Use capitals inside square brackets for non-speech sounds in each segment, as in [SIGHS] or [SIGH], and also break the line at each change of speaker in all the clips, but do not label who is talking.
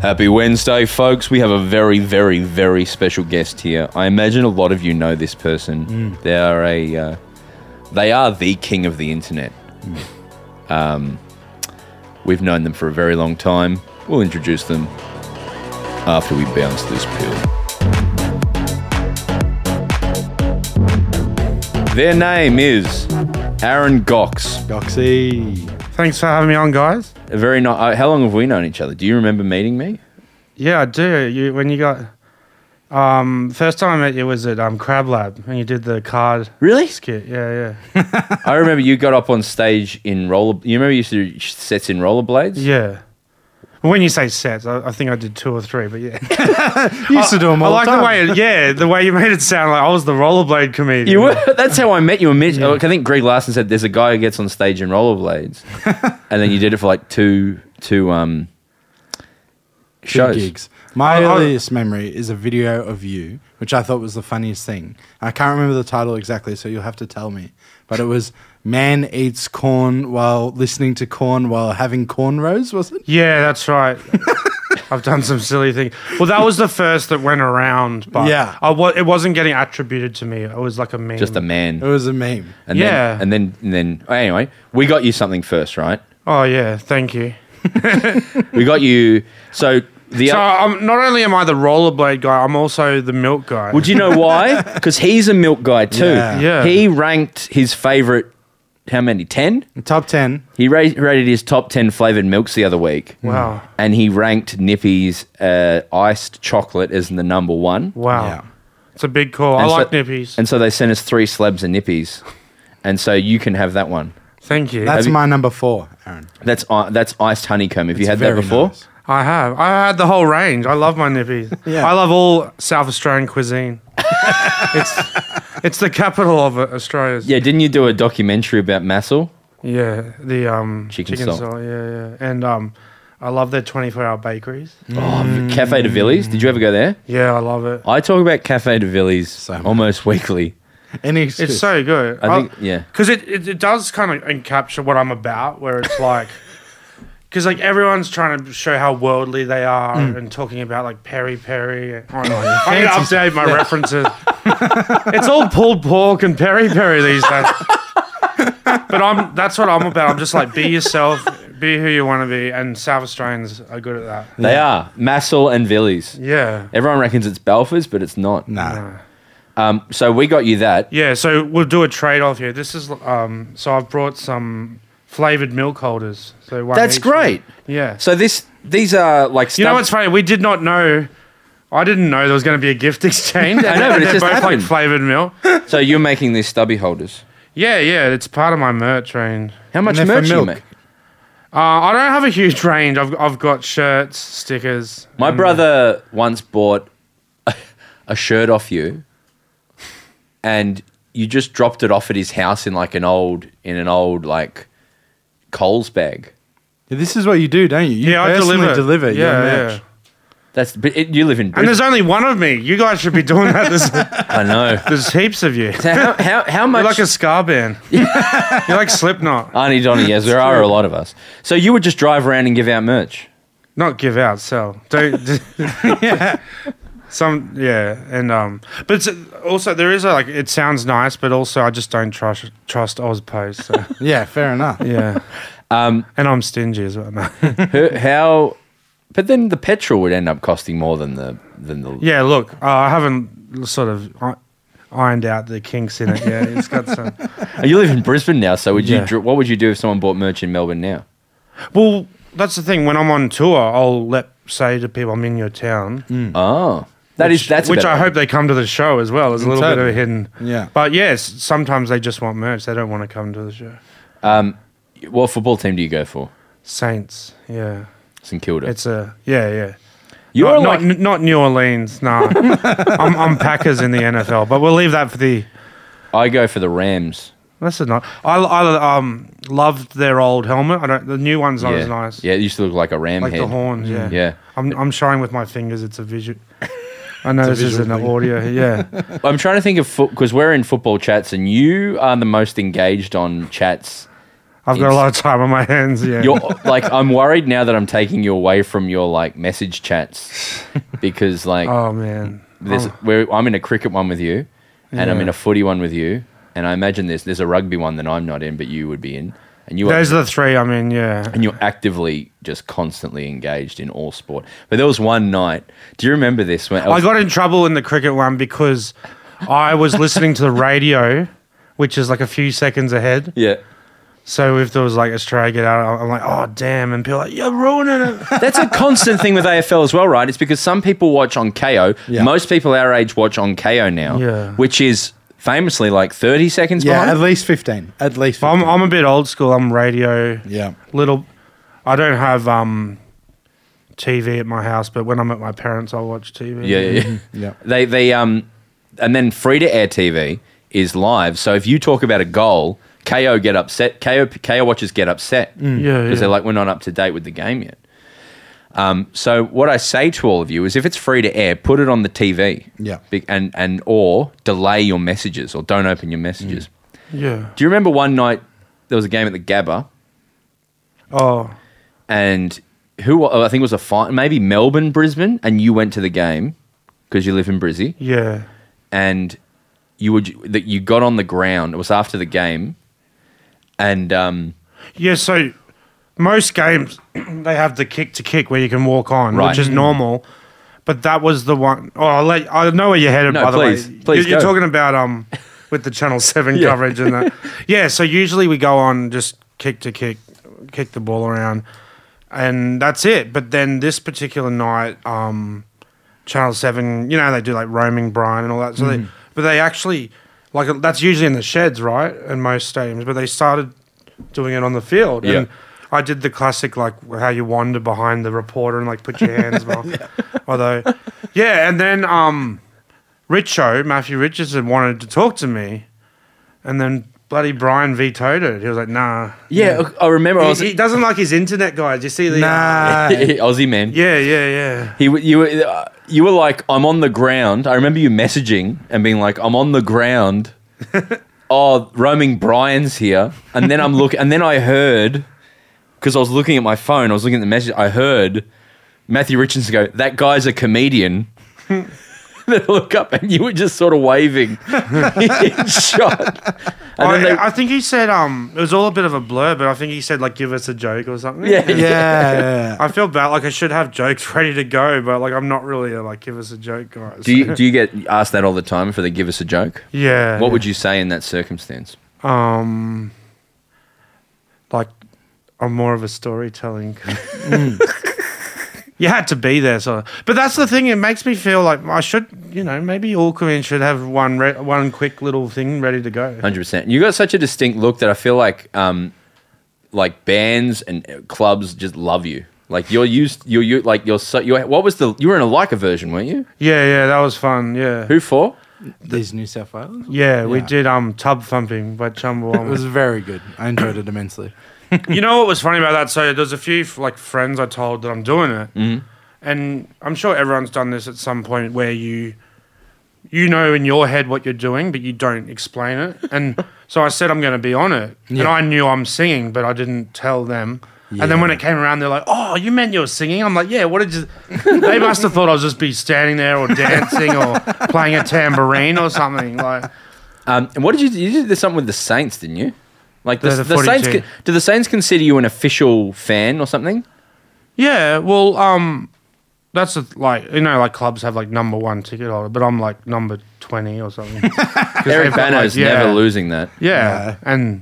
Happy Wednesday, folks. We have a very, very, very special guest here. I imagine a lot of you know this person. They are a, uh, they are the king of the internet. Um, we've known them for a very long time. We'll introduce them after we bounce this pill. Their name is Aaron Gox.
Goxie.
Thanks for having me on, guys.
A very nice. Uh, how long have we known each other? Do you remember meeting me?
Yeah, I do. You when you got um first time I met you was at um Crab Lab and you did the card
Really?
skit. Yeah, yeah,
I remember you got up on stage in roller. You remember you used to do sets in rollerblades?
[LAUGHS]
yeah. Well, when you say sets, I, I think I did two or three, but yeah.
You used to do them
I
all
like
the
the
time.
way, it, yeah, the way you made it sound like I was the rollerblade comedian.
You were. That's how I met you. in Mid- I think Greg Larson said there's a guy who gets on stage in
[LAUGHS]
rollerblades, and then you did it for like two two um
Two
shows.
gigs. My
I- I-
earliest memory is a video of you, which I thought was the funniest thing. I can't remember the title exactly, so you'll have to tell me. But it was "Man Eats Corn While Listening to Corn While Having Cornrows," was it?
Yeah, that's right.
[LAUGHS]
I've done some silly thing. Well, that was the first that went around, but
Yeah.
I wa- it wasn't getting attributed to me. It was like a meme.
Just a
It
man.
was a meme.
And
Yeah.
Then, and then and then anyway, we got you something first, right?
oh yeah, thank you.
We got you. So the.
So
o-
I'm, not only am I the rollerblade guy, I'm also the milk guy.
Well, do you know
[LAUGHS]
why? Because he's a milk guy too.
Yeah.
Yeah.
He ranked his favorite. How many? Ten.
Top ten.
He ra- rated his top 10 flavored milks the other week.
Hmm. Wow.
And he ranked Nippy's uh, iced chocolate as the number one.
Wow.
Yeah.
It's a big call. I
And so-
like nippies.
And so they sent us three slabs of Nippy's. And so you can have that one.
Thank you.
That's
you-
my number four, Aaron.
That's i that's iced honeycomb. Have you
It's
had that
very
before?
nice.
I have. I had the whole range. I love
[LAUGHS]
my nippies.
Yeah.
I love all South Australian cuisine. it's it's the capital of uh, Australia's.
Yeah, didn't you do a documentary about Massel?
Yeah, the um
Chicken
chicken,
salt.
salt. Yeah, yeah. And um I love their 24-hour bakeries.
Oh, Cafe de Villiers. Did you ever go there?
Yeah, I love it.
I talk about Cafe de Villiers
So much.
almost weekly.
Any excuse?
It's so good.
I think- yeah.
Cuz it, it it does kind of encapture what I'm about where it's like [LAUGHS] Cause like everyone's trying to show how worldly they are
Mm.
and talking about like peri peri.
Oh,
I'm gonna update my references.
[LAUGHS]
it's all pulled pork and peri peri these
[LAUGHS]
days. but I'm that's what I'm about. I'm just like be yourself, be who you want to be, and South Australians are good at that.
They are Massel and Villiers.
Yeah. Mm.
Everyone reckons it's Balfour's, but it's not.
Nah.
Um, so we got you that.
Yeah, so we'll do a trade off here. This is um so I've brought some flavored milk holders. So one
That's
each.
great.
Yeah.
So this these are like stuff.
you know what's funny? We did not know I didn't know there was going to be a gift [LAUGHS] exchange.
I know, but it
They're
just
both like
happened.
flavored milk.
[LAUGHS] so you're making these stubby holders.
Yeah, yeah, it's part of my merch range.
How much
they're for
merch do you
milk.
make?
Uh, I don't have a huge range. I've I've got shirts, stickers.
My brother once bought [LAUGHS] a, a shirt off you, and you just dropped it off at his house in like an old in an old like Coles bag.
This is what you do, don't you? You
yeah, I
personally
deliver.
deliver your
yeah,
merch.
yeah.
That's but it, you live in
And there's
Brisbane.
only one of me. You guys should be doing that. There's,
[LAUGHS] I
[LAUGHS]
know.
there's heaps of you.
So how how, how much?
You're like a
[LAUGHS]
scar band. [LAUGHS] You're like Slipknot.
Arnie Donnie, yes, there are a lot of us. So you would just drive around and give out merch.
Not give out, sell.
[LAUGHS]
Don't. [LAUGHS] yeah. Some yeah, and um, but it's, also there is a, like it sounds nice, but also I just don't trust trust Oz Post. So,
Yeah, fair enough.
[LAUGHS]
yeah. Um, and I'm stingy as well. No. [LAUGHS]
Who- How? But then the petrol would end up costing more than the than the.
yeah, look, uh, I haven't sort of i- ironed out the kinks in it. Yeah, it's
[LAUGHS]
got some.
You live in Brisbane now, so would you?
Yeah.
dr- What would you do if someone bought merch in Melbourne now?
Well, that's the thing. When I'm on tour, I'll let say to people I'm in your town,
Oh, that is that's a
Hmm. which
better
I
idea.
hope they come to the show as well. There's a little bit of
Totally.
a hidden.
Yeah.
But yes, sometimes they just want merch. They don't want to come to the show.
What football team do you go for?
Saints. Yeah.
St Kilda.
It's a yeah, yeah.
You're
not,
like
not, n- not New
[LAUGHS]
Orleans. No, I'm, I'm Packers in the NFL, but we'll leave that for the.
I go for the Rams.
This is not. I, I um loved their old helmet. I don't. The new one's not
yeah.
as nice.
Yeah, it used to look like a ram
like
head.
the horns. Yeah.
Yeah.
I'm I'm showing with my fingers. It's a visual. I know this is
visual
an
thing.
audio. Yeah.
I'm trying to think of because we're in football chats and you are the most engaged on chats
I've got a lot of time on my hands. Yeah.
You're like I'm worried now that I'm taking you away from your like message
[LAUGHS]
chats because like
oh man.
there's
Oh,
we're, I'm in a cricket one with you, and I'm in a footy one with you, and I imagine there's there's a rugby one that I'm not in, but you would be in, and you are,
Oh. those are the three. I mean, yeah.
and you're actively just constantly engaged in all sport. But there was one night. Do you remember this? When I
I
was,
got in trouble in the cricket one because I was listening to the radio, which is like a few seconds ahead.
yeah,
So if there was like Australia get out, I'm like, oh damn, and people are like, you're ruining it.
that's a constant thing with AFL as well, right? It's because some people watch on KO.
Yeah.
Most people our age watch on KO now,
Yeah.
which is famously like 30 seconds
Yeah,
behind.
at least 15. At least 15.
I'm I'm a bit old school. I'm radio.
yeah.
little I don't have um TV at my house, but when I'm at my parents I watch TV.
Yeah, yeah,
Mm-hmm.
yeah.
Yeah.
They they um and then free to air TV is live. So if you talk about a goal, KO get upset. KO KO watchers get upset because
Yeah, yeah.
they're like we're not up to date with the game yet. Um, so what I say to all of you is, if it's free to air, put it on the TV.
Yeah.
Be- and and or delay your messages or don't open your messages.
Yeah.
Do you remember one night there was a game at the Gabba
Oh.
and who oh, I think it was a fight, maybe Melbourne Brisbane, and you went to the game because you live in Brizzy.
Yeah.
and you would that you got on the ground. It was after the game, and um,
Yeah, so most games [CLEARS THROAT] they have the kick to kick where you can walk on,
Right.
which is normal. But that was the one oh I'll let I know where you're headed
No,
by the
please,
way. You-
please
you're
go.
talking about um with
[LAUGHS]
the Channel Seven coverage and that. Yeah, so usually we go on just kick to kick, kick the ball around, and that's it. But then this particular night, um, Channel Seven, you know, they do like roaming Brian and all that. So they,
Mm.
but they actually like that's usually in the sheds, right? In most stadiums, but they started doing it on the field.
Yeah.
And I did the classic like how you wander behind the reporter and like put your
[LAUGHS]
hands behind. Although, yeah, and then um, Richo Matthew Richardson wanted to talk to me, and then bloody Brian vetoed it. He was like, "Nah."
yeah, I I remember I was
He, he doesn't like his internet guys. You see the
Nah.
[LAUGHS] Aussie man.
[LAUGHS] Yeah, yeah, yeah.
He w- you were uh, you were like I'm on the ground. I remember you messaging and being like I'm on the [LAUGHS] ground. oh, roaming Brian's here, and then I'm look and then I heard because I was looking at my phone. I was looking at the message. I heard Matthew Richardson go, "That guy's a comedian." [LAUGHS] Then I look up and you were just sort of waving [LAUGHS] in shot. And
I,
then they,
I think he said um, it was all a bit of a blur, but I think he said like, "Give us a joke" or something.
Yeah.
[LAUGHS] Yeah. yeah.
I feel bad. Like I should have jokes [LAUGHS] ready to go, but like I'm not really a, like, "Give us a joke, guys."
do you do you get asked that all the time for the give us a joke?
[LAUGHS] yeah.
What would you say in that circumstance?
um like I'm more of a storytelling.
Mm.
[LAUGHS] you had to be there, so. But that's the thing. It makes me feel like I should, you know, maybe all comedians should have one re- one quick little thing ready to go.
Hundred percent. You got such a distinct look that I feel like, um, like bands and uh, clubs just love you. Like you're used, you're you like you're so. You're, what was the? You were in a Leica version, weren't you?
Yeah, yeah, that was fun. Yeah,
Who for?
These New South Wales.
yeah, we
Yeah.
did um tub thumping by
It was
Chumbawamba.
very good. I enjoyed it immensely.
you know what was funny about that? So there's a few like friends I told that I'm doing it, and I'm sure everyone's done this at some point where you you know in your head what you're doing, but you don't explain it. And so I said I'm going to be on it, and
Yeah.
I knew I'm singing, but I didn't tell them. And then when it came around, they're like, "Oh, you meant you were singing?" I'm like, "Yeah." What did you? [LAUGHS] they must have thought I was just be standing there or dancing or playing a tambourine or something. Like,
Um, and what did you? do? You did something with the Saints, didn't you? Like the,
They're the
the Saints.
42.
con- Do the Saints consider you an official fan or something?
yeah. Well, um, that's a, like you know, like clubs have like number one ticket holder, but I'm like number twenty or something.
Eric
'Cause they've got, like,
Banner's
yeah.
never losing that.
Yeah, and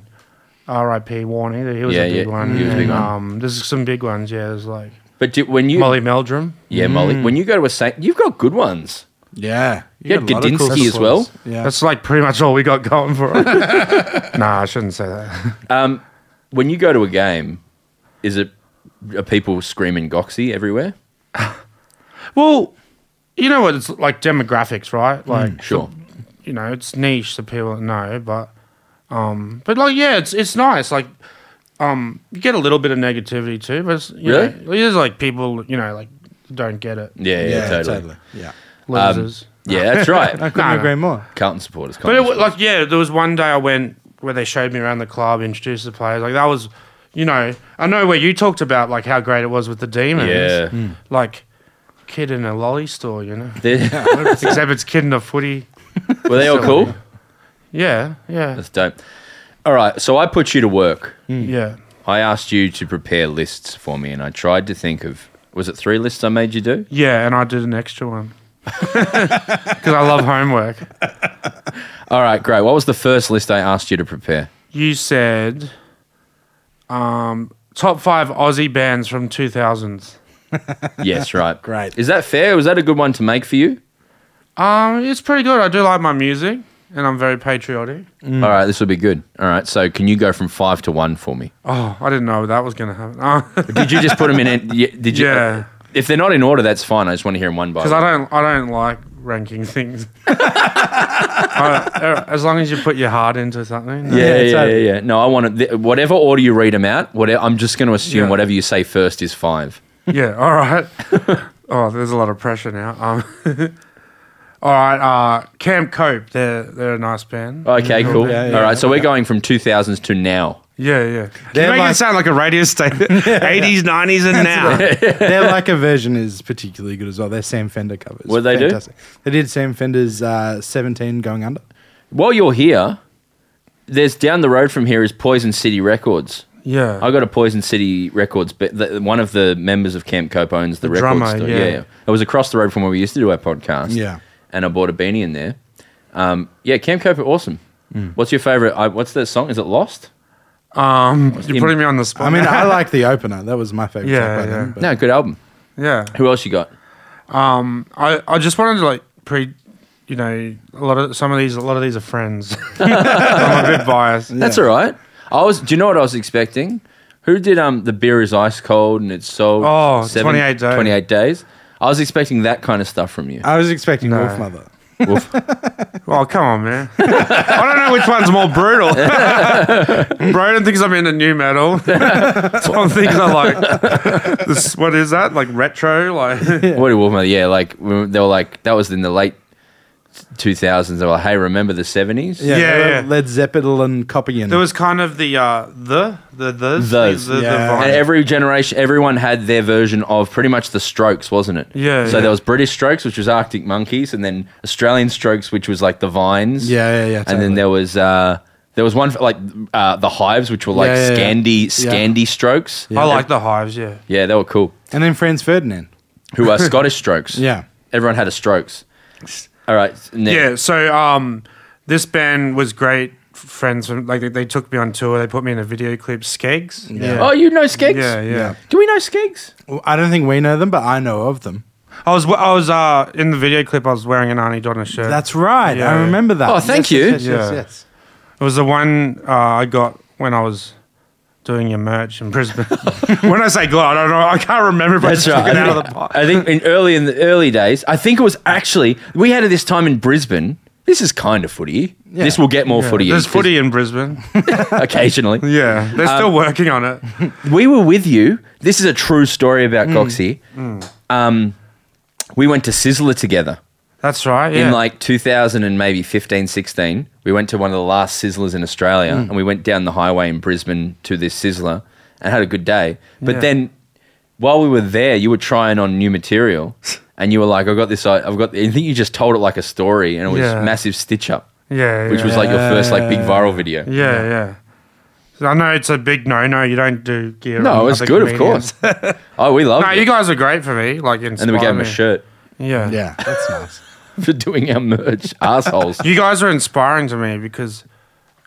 R.I.P. Warner. He was
Yeah,
a big
yeah,
one.
he was a big
And,
one.
Um, there's some big ones. Yeah, there's like
But do, when you,
Molly Meldrum.
yeah, Molly, when you go to a Saint, you've got good ones.
Yeah.
You
got
had
a lot of cool
Gudinski as well?
stories. Yeah.
That's like pretty much all we got going for us. nah, I shouldn't say that.
Um, when you go to a game, is it are people screaming Goxie everywhere?
Well, you know what? It's like demographics, right? Like,
Sure.
you know, it's niche to people that know, but um, but like, yeah, it's it's nice. Like, um, you get a little bit of negativity too, but it's, you
Really? Um,
know, there's like people, you know, like don't get it,
Yeah, yeah, totally.
Yeah.
losers.
Yeah, that's right.
I couldn't
[LAUGHS] No, no.
agree more. [LAUGHS]
Carlton supporters.
But it,
Carlton
wa- like, yeah, there was one day I went. where they showed me around the club, introduced the players. Like that was, you know, I know where you talked about like how great it was with the demons.
Yeah.
Like kid in a lolly store, you know. [LAUGHS]
They're-
Except it's kid in a footy.
[LAUGHS] Were they all cool?
Yeah, yeah,
That's dope. All right, so I put you to work.
yeah.
I asked you to prepare lists for me, and I tried to think of was it three lists I made you do?
Yeah, and I did an extra one. [LAUGHS] Because I love homework.
All right, great. What was the first list I asked you to
[LAUGHS]
prepare?
You said um, top five Aussie bands from 2000s.
Yes, right.
Great.
Is that fair? Was that a good one to make for you?
Um, it's pretty good. I do like my music, and I'm very patriotic.
All right, this will be good. All right, so can you go from five to one for me?
Oh, I didn't know that was going to happen. [LAUGHS] Oh,
Did you just put them in? an- [LAUGHS] y- Did you?
Yeah.
If they're not in order, that's fine. I just want to hear them one by
Because I
one.
don't, I don't like ranking things. [LAUGHS] I- er, as long as you put your heart into something.
Yeah,
Yeah,
yeah,
it's
yeah,
a-
yeah, No, I want to. Th- whatever order you read them out, whatever, I'm just going to assume
Yeah.
whatever you say first is five.
Yeah, all right. [LAUGHS] oh, there's a lot of pressure now. Um, [LAUGHS] all right, uh, Camp Cope. They're they're a nice band.
Okay, cool.
Yeah, yeah.
All right, so we're going from 2000s to now.
yeah, yeah.
They're
They're making
like-
it sound like a radio station. Eighties, nineties, and now.
Their like a version is particularly good as well. They're Sam Fender covers.
What'd they do?
do? They did Sam Fender's uh, 17 Going Under.
While you're here, there's down the road from here is Poison City Records.
Yeah.
I got a Poison City Records, but the, one of the members of Camp Cope owns the,
The
record
drummer,
store.
yeah.
it was across the road from where we used to do our podcast.
Yeah.
and I bought a beanie in there. Um, yeah, Camp Cope are awesome. What's your favorite? I, what's that song? Is it Lost?
um, you're
him?
putting me on the spot.
I mean, I like the opener. That was my favorite.
Yeah,
track by
yeah.
them, but-
No, good album.
[LAUGHS] yeah.
Who else you got?
Um, I I just wanted to like pre, you know, a lot of some of these, a lot of these are friends. [LAUGHS] I'm a bit biased.
That's all right. I was. Do you know what I was expecting? Who did um the beer is ice cold and it's sold
Oh, 28 days.
28 days. I was expecting that kind of stuff from you.
I was expecting
No.
Wolf Mother.
Wolf.
Oh, come on, man. [LAUGHS] I don't know which one's more brutal. [LAUGHS] Broden thinks I'm into new metal. [LAUGHS] Tom thinks I'm like, this, what is that? Like retro? Like, [LAUGHS]
Woody Wolfman, yeah, like we- they were like that was in the late two thousands. They were like, hey, remember the seventies?
Yeah,
Yeah,
they were
yeah.
Led Zeppelin copying.
there was kind of the, uh, the, the, the,
Those.
the, the,
Yeah.
vibe.
And every generation, everyone had their version of pretty much the Strokes, wasn't it?
Yeah,
So
yeah.
there was British Strokes, which was Arctic Monkeys, and then Australian Strokes, which was like the Vines.
Yeah, yeah, yeah,
And then
totally.
there was uh, there was one for, like uh, the Hives, which were like
Yeah, yeah, yeah.
Scandi
Yeah.
Scandi Strokes.
I like the hives, yeah.
Yeah, they were cool.
and then Franz Ferdinand.
Who
[LAUGHS]
are Scottish Strokes?
Yeah.
Everyone had a Strokes. All right. Nick.
Yeah, so um, this band was great f- friends. From, like, they, they took me on tour. They put me in a video clip, Skegs.
Yeah.
Oh, you know Skeggs?
Yeah, yeah.
Yeah.
Do we know Skeggs?
Well, I don't think we know them, but I know of them.
I was I was uh in the video clip. I was wearing an Arnie Donna shirt.
That's right.
Yeah.
I remember that.
Oh, thank you.
Yes, yes,
Yeah.
yes.
It was the one uh, I got when I was doing your merch in
[LAUGHS]
Brisbane. [LAUGHS] when I say God, I don't know. I can't remember if I
That's
took
right.
it out
I [LAUGHS]
of the
think,
pot.
I think in early in the early days, I think it was actually we had it this time in Brisbane. This is kind of footy.
Yeah.
This will get more
Yeah.
footy.
There's footy in Brisbane.
[LAUGHS] occasionally.
[LAUGHS] yeah, they're
Um,
still working on it.
We were with you. This is a true story
Mm.
about Goxie. Um, we went to Sizzler together
That's right. Yeah.
in like 2000 and maybe 15, 16. We went to one of the last Sizzlers in Australia
Hmm.
and we went down the highway in Brisbane to this Sizzler and had a good day. But
Yeah.
then while we were there, you were trying on new
[LAUGHS]
material and you were like, I've got this, I- I've got, I think you just told it like a story and it was
Yeah.
massive stitch up,
yeah,
which
yeah.
was like your first like big viral video.
yeah, yeah. So I know it's a big no-no. You don't do gear.
No, it
on
was
other
good,
comedians.
of course. oh, we loved
[LAUGHS] no,
it.
you guys are great for me. Like, inspired
and then we gave him
me.
a shirt
Yeah,
Yeah, that's nice.
for doing our merch. Assholes.
You guys are inspiring to me because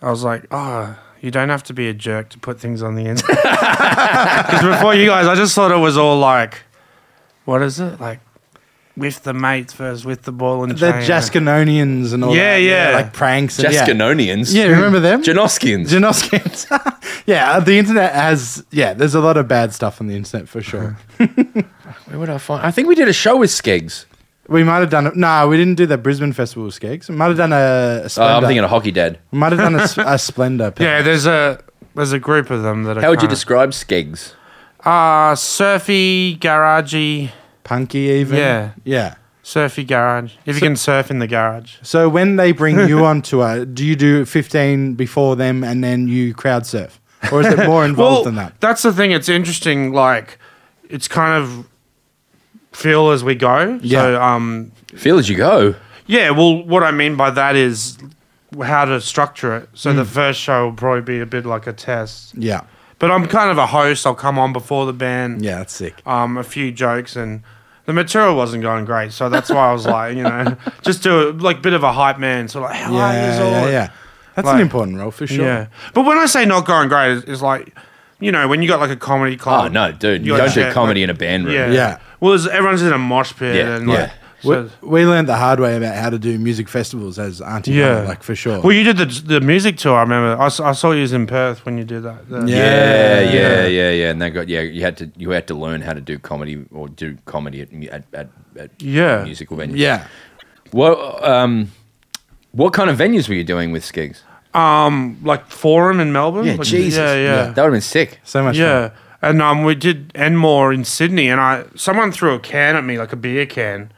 I was like, oh, you don't have to be a jerk to put things on the internet.
[LAUGHS]
[LAUGHS] Because before you guys, I just thought it was all like, what is it? Like, with the mates versus with the ball and
[LAUGHS] The
chain.
Jaskinonians and all
Yeah,
that.
[LAUGHS] yeah.
Like pranks. And, yeah.
Jaskinonians.
Yeah, remember them?
Janoskians.
Janoskians. [LAUGHS] yeah, uh, the internet has. Yeah, there's a lot of bad stuff on the internet for sure.
Where would I find? I think we did a show with Skeggs.
we might have done it. Nah, we didn't do the Brisbane Festival of Skegs. We might have done a, a
Oh,
Splendor.
I'm thinking of Hockey Dad.
we might
[LAUGHS]
have done a, s- a Splendor. pair.
Yeah, there's a there's a group of them that are.
How would you
kinda-
describe Skeggs?
Uh, surfy, garagey.
Punky, even.
Yeah.
Yeah.
Surf your garage. If you can surf in the garage.
So when they bring [LAUGHS] you on tour, do you do 15 before them and then you crowd surf? Or is it [LAUGHS] more involved than that?
That's the thing. It's interesting. Like, it's kind of feel as we go. So,
Yeah.
um,
Feel as you go.
yeah. Well, what I mean by that is how to structure it. So
Mm.
the first show will probably be a bit like a test.
Yeah.
But I'm kind of a host. I'll come on before the band.
Yeah, that's sick.
Um, a few jokes and. The material wasn't going great, so that's why I was like, you know, [LAUGHS] just do a like bit of a hype man. So like, how are
Yeah,
yous
yeah,
all?
yeah. That's an
Like-
important role for sure.
Yeah. But when I say not going great, it's, it's like, you know, when you got like a comedy club.
Oh, no, dude. You
got
don't do
shit,
comedy
like-
in a band room.
Yeah.
Yeah.
Well, it's, everyone's in a mosh pit.
Yeah,
And like,
yeah.
We,
so-
we learned the hard way about how to do music festivals as Auntie
Yeah.
Hannah, like for sure.
well, you did the, the music tour, I remember. I, s- I saw you was in Perth when you did that. The-
Yeah,
Yeah.
yeah, yeah, yeah, and they got yeah. You had to you had to learn how to do comedy or do comedy at mu- at, at, at
Yeah.
musical venues.
yeah.
What um, what kind of venues were you doing with Skigs?
Um, like Forum in Melbourne.
Yeah,
Like,
Jesus.
Yeah, yeah.
That would have been sick.
So much fun.
Yeah. And um, we did Enmore in Sydney, and I someone threw a can at me, like a beer can,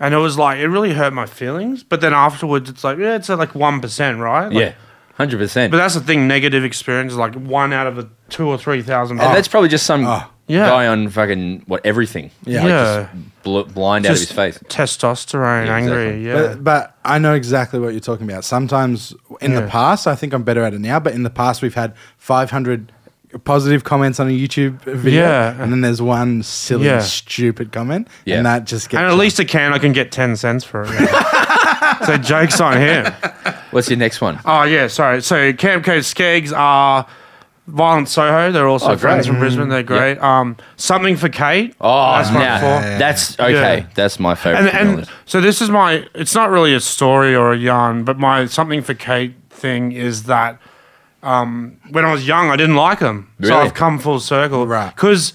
and it was like it really hurt my feelings. But then afterwards, it's like yeah, it's at like one percent, right? Like,
yeah, hundred percent.
But that's the thing. Negative experience is like one out of the two or three thousand.
And that's probably just some
Oh.
Ah. Yeah.
guy on fucking what everything.
Yeah.
Like,
Yeah.
just bl- blind out of his
Just
face.
Testosterone,
Yeah,
angry.
exactly.
Yeah.
But, but I know exactly what you're talking about. Sometimes in the
Yeah.
past, I think I'm better at it now, but in the past, we've had 500 positive comments on a YouTube video.
Yeah.
And then there's one silly,
Yeah.
stupid comment.
Yeah.
And that just gets.
and at
you.
least a can, I can get ten cents for it. [LAUGHS] now. so jokes on him.
What's your next one?
Oh yeah, sorry. So Camco Skegs are Violent Soho. They're also
Oh, great.
friends from Brisbane. They're great. Um, something for Kate.
Oh,
that's
nah.
my four.
That's okay.
Yeah.
That's my favorite.
and
to be
and
honest.
so this is my it's not really a story or a yarn but my something for kate thing is that um, when i was young i didn't like him so
Really?
i've come full circle
Right.
because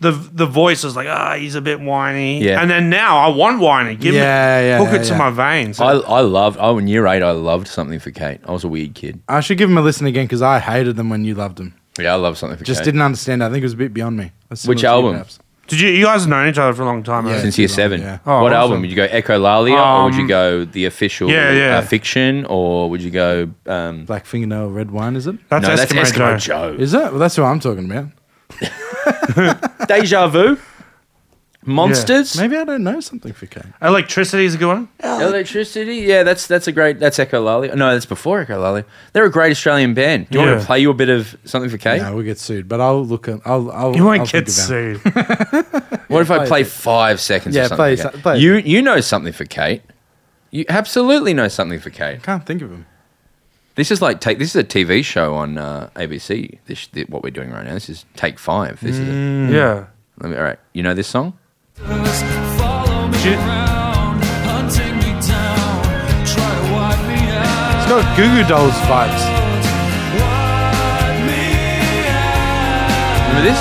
the the voice was like ah he's a bit whiny
Yeah.
and then now i want whiny give
Yeah,
me
yeah,
hook
yeah,
it to
yeah.
my veins
I I loved. Oh, in year eight, I loved something for Kate. I was a weird kid.
I should give them a listen again because I hated them when you loved them.
Yeah, I love something for
Just
Kate.
didn't understand. I think it was a bit beyond me. That's similar
Which
to you,
album?
perhaps.
did you you guys have known each other for a long time right?
since year
Yeah.
seven.
Yeah.
Oh,
what
awesome.
album would you go? Echolalia, or would you
Um,
go the official
yeah, yeah.
Uh, fiction, or would you go? Um,
Black fingernail red wine, is it?
that's,
no, that's
Eskimo,
Eskimo
Joe.
Joe.
Is it? Well, that's who I'm talking about.
Deja Vu, Monsters,
Maybe I don't know something for Kate.
electricity is a good one
Electricity. Yeah, that's that's a great. That's Echolalia. No, that's before Echolalia. They're a great Australian band. Do you want me
Yeah.
to play you a bit of something for Kate?
No, we'll get sued, but I'll look at. I'll. I'll
you
I'll
won't
think
get
about it.
sued [LAUGHS]
What if
play
I
it.
play five seconds?
Yeah,
or something
play
for
some-
Kate?
play it.
You you know something for Kate. You absolutely know something for Kate.
Can't think of him.
This is like take. This is a TV show on uh, ABC. This th- what we're doing right now. This is take five. This is
Mm.
it.
Hmm.
yeah
Let me, all right. You know this song?
Follow me
Shit.
around, hunting me down, try to wipe me
It's
out,
got Goo Goo Dolls vibes.
wipe me out.
Remember this?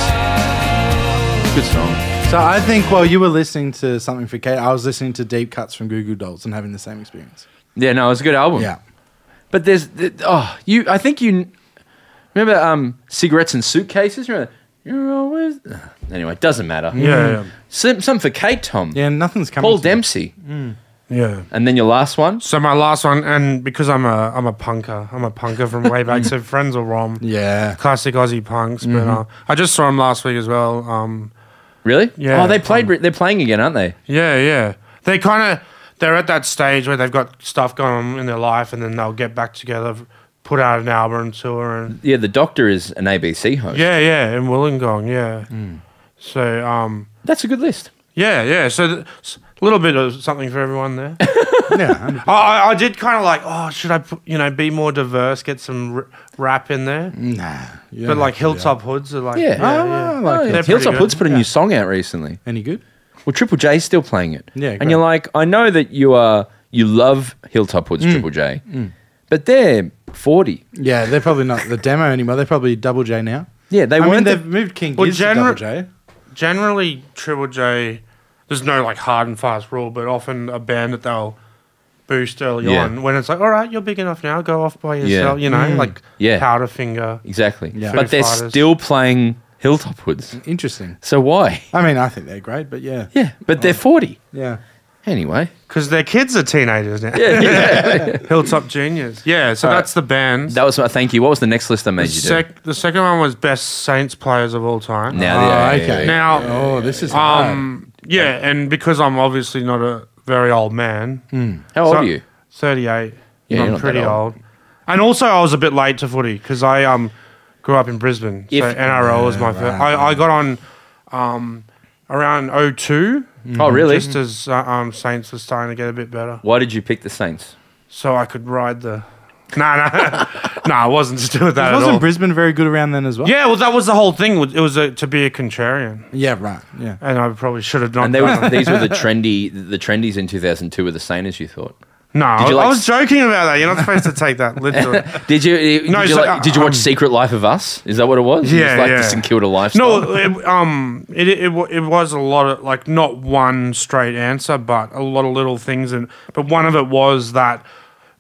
Good song.
So I think while you were listening to something for Kate, I was listening to deep cuts from Goo Goo Dolls and having the same experience.
Yeah, no, it's a good album.
Yeah.
but there's th- oh you. I think you remember um cigarettes and suitcases. Remember you're always [SIGHS] Ugh. anyway. It doesn't matter.
yeah
Some, some for Kate Tom.
Yeah. Mm. Nothing's coming.
Paul
to me.
Dempsey,
yeah, yeah.
and then your last one.
So my last one, and because I'm a I'm a punker, I'm a punker from way
[LAUGHS]
back. so friends are wrong.
Yeah.
Classic Aussie punks, but uh, I just saw him last week as well. Um,
Really?
Yeah, Um,
Oh, they played. re they're playing again, aren't they?
yeah, yeah. They kind of they're at that stage where they've got stuff going on in their life, and then they'll get back together, put out an album tour, and
Yeah. The Doctor is an ABC host.
yeah, yeah, in Wollongong, yeah. So um,
That's a good list.
yeah, yeah. So th- s- a little bit of something for everyone there. [LAUGHS]
Yeah.
I, I, I did kind of like, oh, should I, put, you know, be more diverse, get some r- rap in there,
nah. you
but
don't
like
have to do
Hilltop Hoods are like,
Yeah.
that. Ah, I like
Oh,
it.
yeah.
They're
Hilltop
pretty
Hood's
good.
put a new song out recently.
Any good?
Well, Triple J's still playing it.
Yeah,
and
great.
you're like, I know that you are you love Hilltop
Mm.
Hoods Triple J, but they're forty.
Yeah, they're probably not the demo anymore. They're probably Double J now.
Yeah, they
I mean,
weren't.
they've
the-
moved King
Well,
Giz to
gener-
Double J.
generally Triple J, there's no like hard and fast rule, but often a band that they'll boost early
Yeah.
on when it's like, all right, you're big enough now, go off by yourself, you know, like
Yeah.
Powderfinger.
exactly,
Yeah.
but
Foo
they're
Fighters.
still playing Hilltop Hoods.
Interesting.
So why? [LAUGHS]
I mean, I think they're great, but yeah.
Oh.
Yeah, but they're forty.
Yeah.
[LAUGHS]
Anyway,
Because their kids are teenagers now. [LAUGHS] Hilltop Juniors. Yeah, so
Alright.
that's the
[LAUGHS]
band.
that was my thank you. What was the next list I made
the,
you do?
sec- the second one was best Saints players of all time.
Now, yeah,
Oh,
yeah,
okay.
yeah.
Now,
Oh, this is hard.
um, yeah, and because I'm obviously not a very old man,
how old
so-
are you? Oh,
38.
Yeah, you're
I'm
not that
pretty
old.
old. And also, I was a bit late to footy because I um grew up in Brisbane.
If- Ah,
so NRL was my first. I, I got on um around 02.
Oh, really?
Just as uh, um, Saints was starting to get a bit better,
Why did you pick the Saints?
so I could ride the. [LAUGHS] No, [LAUGHS] no, no, it wasn't to do with that at all.
Wasn't Brisbane very good around then as well?
yeah, well, that was the whole thing. It was a, to be a contrarian,
Yeah, right. Yeah.
and I probably should have not.
And they were, [LAUGHS]
[LAUGHS] done it.
these were the trendy, the trendies in 2002 were the same as you thought.
no,
Did you like
I was
s-
joking about that. You're not supposed to take that
[LAUGHS]
literally.
Did you? eh,
No,
did, you
so,
like-
uh,
did you watch
um,
Secret Life of Us? Is that what it was? You just
Yeah,
like
yeah.
the St Kilda lifestyle.
No, it, um, it, it wa- it was a lot of like not one straight answer, but a lot of little things, and but one of it was that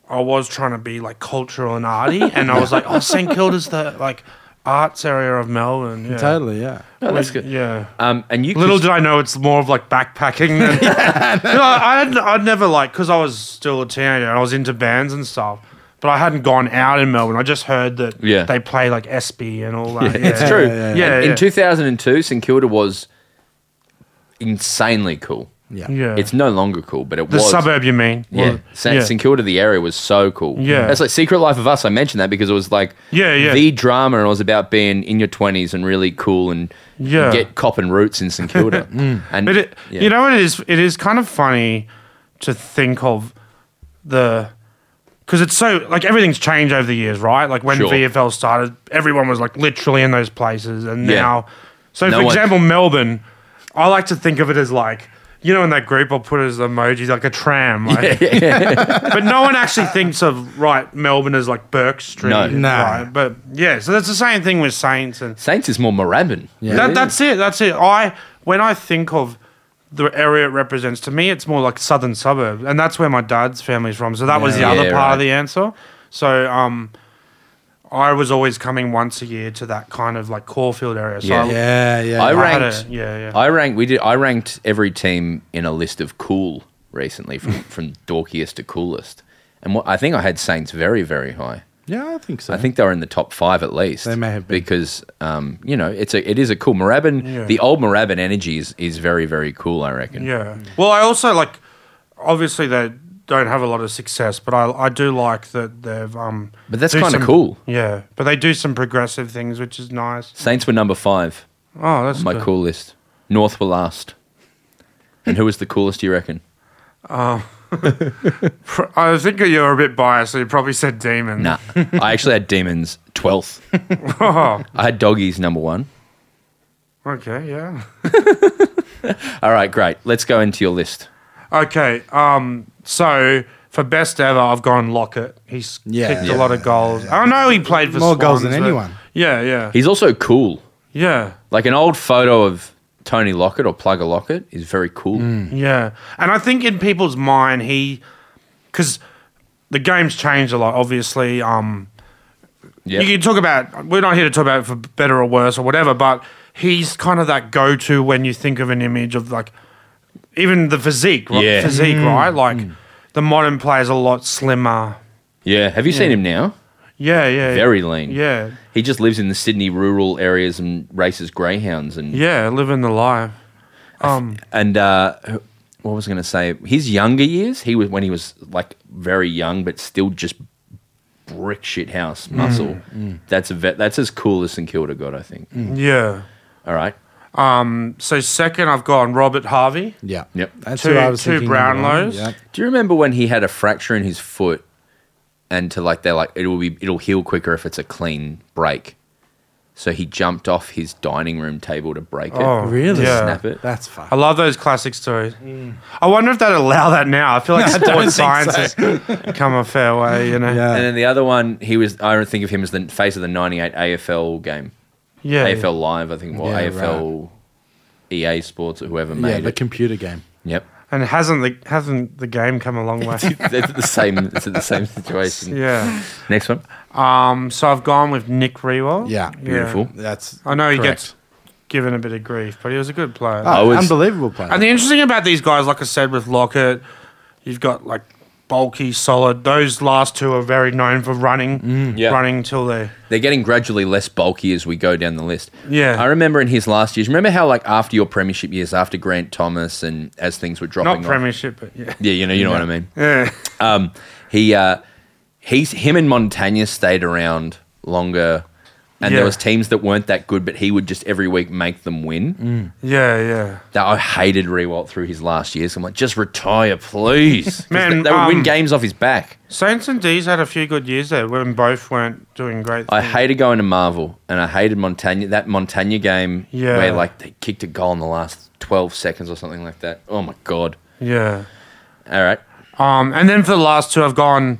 I was trying to be like cultural and arty, and I was like, oh, St Kilda's the like arts area of Melbourne, yeah.
Totally, yeah.
No, that's good.
uh, yeah.
Um, and you
Little
cons-
did I know it's more of like backpacking. Than, No, I had I'd never like because I was still a teenager and I was into bands and stuff, but I hadn't gone out in Melbourne. I just heard that
Yeah.
they play like SB and all that.
It's true.
yeah,
yeah.
And
Yeah,
In
yeah.
2002, St Kilda was insanely cool.
Yeah.
Yeah,
It's no longer cool, but it
the
was.
suburb you mean?
Yeah.
Well,
St.
yeah.
St Kilda, the area was so cool.
Yeah.
That's like Secret Life of Us. I mentioned that because it was like
Yeah, yeah.
the drama and it was about being in your 20s and really cool and
Yeah. Mm.
get copping roots in St Kilda.
[LAUGHS]
And
But it,
yeah.
you know what it is? It is kind of funny to think of the because it's so like everything's changed over the years, right? Like when
Sure.
VFL started, everyone was like literally in those places, and
Yeah.
now, so
No
for
one-
example, Melbourne, I like to think of it as like. You know, in that group, I'll put it as emojis, like a tram. Like, [LAUGHS] but no one actually thinks of, right, Melbourne as like Burke Street.
No.
No.
Right? But yeah, so that's the same thing with Saints and
[LAUGHS] Saints is more Moorabbin.
Yeah.
that,
it
that's it. That's it. I when I think of the area it represents, to me, it's more like southern suburbs, and that's where my dad's family's from. So that was the
Yeah.
other
Yeah,
part
right.
of the answer. So um, I was always coming once a year to that kind of like Caulfield area. So
Yeah.
I,
Yeah, yeah.
I
I had
ranked-
a- yeah, yeah.
I ranked. We did. I ranked every team in a list of cool recently, from from dorkiest to coolest. And what, I think I had Saints very, very high.
yeah, I think so.
I think they were in the top five at least.
They may have been.
because um, you know it's a it is a cool Moorabbin.
Yeah.
The old Moorabbin energy is, is very, very cool. I reckon.
yeah. Well, I also like. Obviously, they don't have a lot of success, but I I do like that they've um.
But that's
do
kinda
some-
cool.
Yeah, but they do some progressive things, which is nice.
Saints were number five
Oh, that's
on my
good.
cool list. North were last. And who was the coolest? You reckon?
Pr- I think you're a bit biased, so you probably said demon.
Nah. I actually had Demons twelfth. I had Doggies number one.
Okay, yeah.
All right, great. Let's go into your list.
Okay, um, so for best ever, I've gone Lockett. He's
Yeah.
kicked
Yeah.
a lot of goals. I know he played for
More goals
Swans,
than
but-
anyone.
Yeah, yeah,
He's also cool.
yeah,
Like an old photo of Tony Lockett or Plugger Lockett is very cool.
yeah. And I think in people's mind, he because the game's changed a lot. Obviously, um,
Yeah.
you can talk about. We're not here to talk about it for better or worse or whatever, but he's kind of that go-to when you think of an image of like even the physique, right?
Yeah. Mm.
physique, right? Like the modern player's a lot slimmer.
yeah. Have you seen him now?
Yeah, yeah.
Very lean.
Yeah,
He just lives in the Sydney rural areas and races greyhounds and
yeah. Living the life. Um,
and uh, who- what was I going to say? His younger years, he was when he was like very young, but still just brick shit house muscle. That's a vet, that's as cool as St Kilda got, I think.
Hmm. yeah. Mm,
All right.
So second, I've gone Robert Harvey.
yeah.
Yep.
That's
Two-
who I was
two
thinking. number one.
Brownlows.
Yeah.
Do you remember when he had a fracture in his foot, and to like they're like it'll be it'll heal quicker if it's a clean break, so he jumped off his dining room table to break it.
Oh,
Really?
Yeah.
Snap it.
That's
I
fun.
love those classic stories.
Mm.
I wonder if they'd allow that now. I feel
[LAUGHS]
like sports science has come a fair way, you know.
And
Yeah.
then the other one, he was I don't think of him as the face of the '98 AFL game,
yeah.
AFL Live, I think, or
Yeah,
AFL EA E Sports or whoever
Yeah,
made
the
it.
computer game.
yep.
And hasn't the hasn't the game come a long way?
It's the same. It's the
[LAUGHS]
same situation.
yeah.
Next one.
Um. So I've gone with Nick Rewell.
Yeah.
Beautiful.
That's
I know he
correct.
gets given a bit of grief, but he was a good player.
Oh,
was-
unbelievable player.
And the interesting about these guys, like I said, with Lockett, you've got like bulky, solid. Those last two are very known for running,
Mm. Yeah.
running till they.
They're getting gradually less bulky as we go down the list.
Yeah.
I remember in his last years, remember how, like, after your premiership years, after Grant Thomas and as things were dropping off-
Not premiership, but yeah.
Yeah, you know, you know what I mean.
Yeah. [LAUGHS]
Um, he, uh, he's him and Montagna stayed around longer, and there
Yeah.
was teams that weren't that good, but he would just every week make them win.
Mm. Yeah, yeah.
That I hated Rewalt through his last years. I'm like, just retire,
[LAUGHS]
please. 'Cause
Man,
they, they would win
um,
games off his back.
Saints and D's had a few good years there when both weren't doing great.
I
things.
hated going to Marvel, and I hated Montagna. That Montagna game
Yeah.
where like they kicked a goal in the last twelve seconds or something like that. Oh my god!
Yeah.
All right,
Um, and then for the last two, I've gone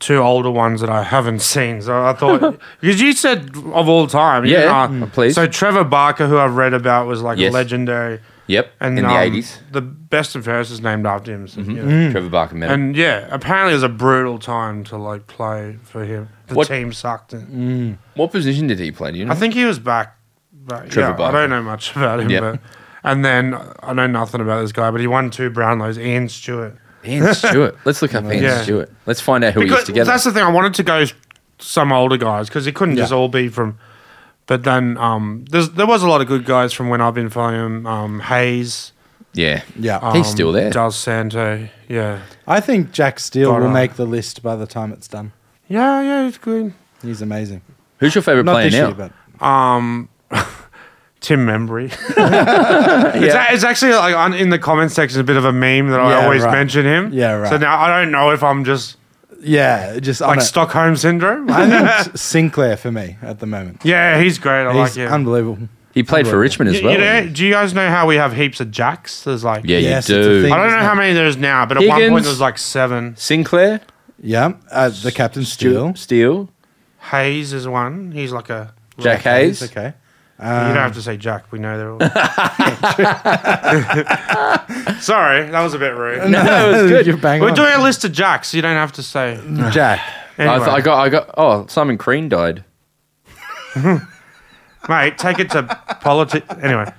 two older ones that I haven't seen. So
[LAUGHS]
I thought because you said of all time, you
Yeah,
know,
mm. please.
So Trevor Barker, who I've read about, was like
Yes.
legendary.
yep,
And
in
um,
the eighties, Mm-hmm.
the best and fairest is named after him. So, you know.
Trevor Barker met him.
And yeah, apparently it was a brutal time to like play for him. The
What-
team sucked. And,
What position did he play? Do you know?
I think he was back. But
Trevor
yeah, I
Barker.
don't know much about him,
Yeah.
but and then I know nothing about this guy, but he won two Brownlows. Ian Stewart.
Ian
[LAUGHS]
Stewart. Let's look up Ian
Yeah.
Stewart. Let's find out who he is
Because
together.
that's the thing. I wanted to go some older guys because it couldn't just all be from. But then um, there's, there was a lot of good guys from when I've been following him. Um, Hayes.
yeah,
Yeah.
he's
um,
still there.
Del Santo. Yeah.
I think Jack Steele
Got
will
on.
make the list by the time it's done.
Yeah, yeah, he's good.
He's amazing.
Who's your favorite
Not
player
this
now?
year, but
Um, [LAUGHS] Tim Membry. [LAUGHS] it's, a- it's actually like on, in the comment section a bit of a meme that I
Yeah,
always
right.
mention him.
Yeah, right.
So now I don't know if I'm just
yeah, just on
like
it. [LAUGHS]
Stockholm syndrome.
I
[LAUGHS]
think Sinclair for me at the moment.
yeah, he's great. I
He's
like him.
unbelievable.
he played for Richmond
You-
as
you
well.
know- do you guys know how we have heaps of jacks? There's like
yeah,
Yes,
you
it's a
do.
thing.
I don't know
Isn't
how
it?
many there's now, but at one
Higgins.
point there was like seven.
Sinclair,
Yeah, uh, the captain Steele.
Stewart, Steele,
Hayes is one. He's like a.
Jack Hayes.
Okay.
you don't have to say Jack. We know they're all. [LAUGHS] Sorry, that was a bit rude.
No,
[LAUGHS]
it was good.
You're bang
We're
on.
doing a list of Jacks. You don't have to say.
Jack.
I,
Anyway,
th- I got, I got. Oh, Simon Crean died. [LAUGHS]
mate, take it to politics. Anyway,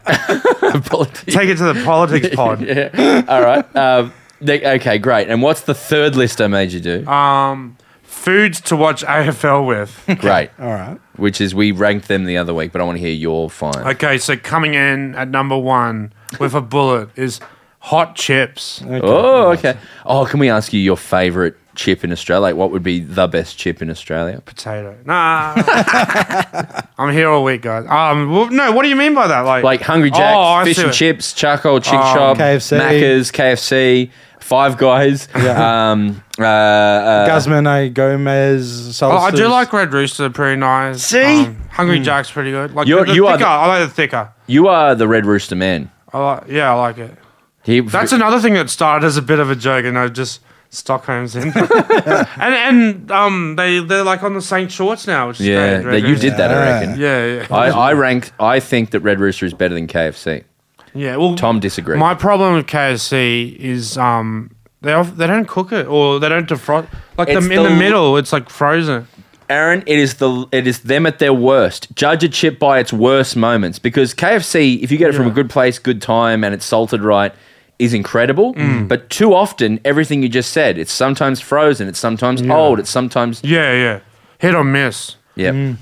Apologies.
take it
[LAUGHS]
to the politics pod.
yeah. All right. Um, they, okay, great. And what's the third list I made you do?
Um, foods to watch
[LAUGHS]
AFL with.
great.
All right.
Which is we ranked them the other week, but I want to hear your find.
Okay, so coming in at number one with a bullet is hot chips.
oh, okay. Oh, can we ask you your favorite chip in Australia? Like, what would be the best chip in Australia?
Potato.
[LAUGHS]
Nah. I'm here all week, guys. Um, well, no, what do you mean by that? Like,
Like Hungry
Oh,
Jack's,
I
fish
see Um,
and
what-
chips, charcoal, chick shop,
KFC.
Macca's, KFC, Five Guys.
Yeah.
Um, uh, uh,
Guzman, I Gomez.
Oh, I do
Solstice.
like Red Rooster, pretty nice.
See? Hmm.
Um, Hungry Jack's pretty good. Like
You're-
the
you are
thicker,
the-
I like the thicker.
you are the Red Rooster man.
I like, yeah, I like it.
He,
That's another thing that started as a bit of a joke, and I just Stockholm's in. [LAUGHS] and and um, they they're like on the same shorts now. Which is
yeah.
great, Red
that you
Rooster.
did that, I
Yeah.
reckon.
Yeah, yeah.
I, I rank. I think that Red Rooster is better than KFC.
[LAUGHS] yeah. Well,
Tom disagrees.
My problem with KFC is um, they off, they don't cook it or they don't defrost. Like the,
It's
in the
the-
middle, it's like frozen.
Aaron, it is the it is them at their worst. Judge a chip by its worst moments because KFC, if you get it from a
Yeah.
good place, good time, and it's salted right, is incredible.
Mm.
But too often, everything you just said, it's sometimes frozen, it's sometimes old, it's sometimes
Yeah, yeah. Hit or miss.
yeah.
Mm.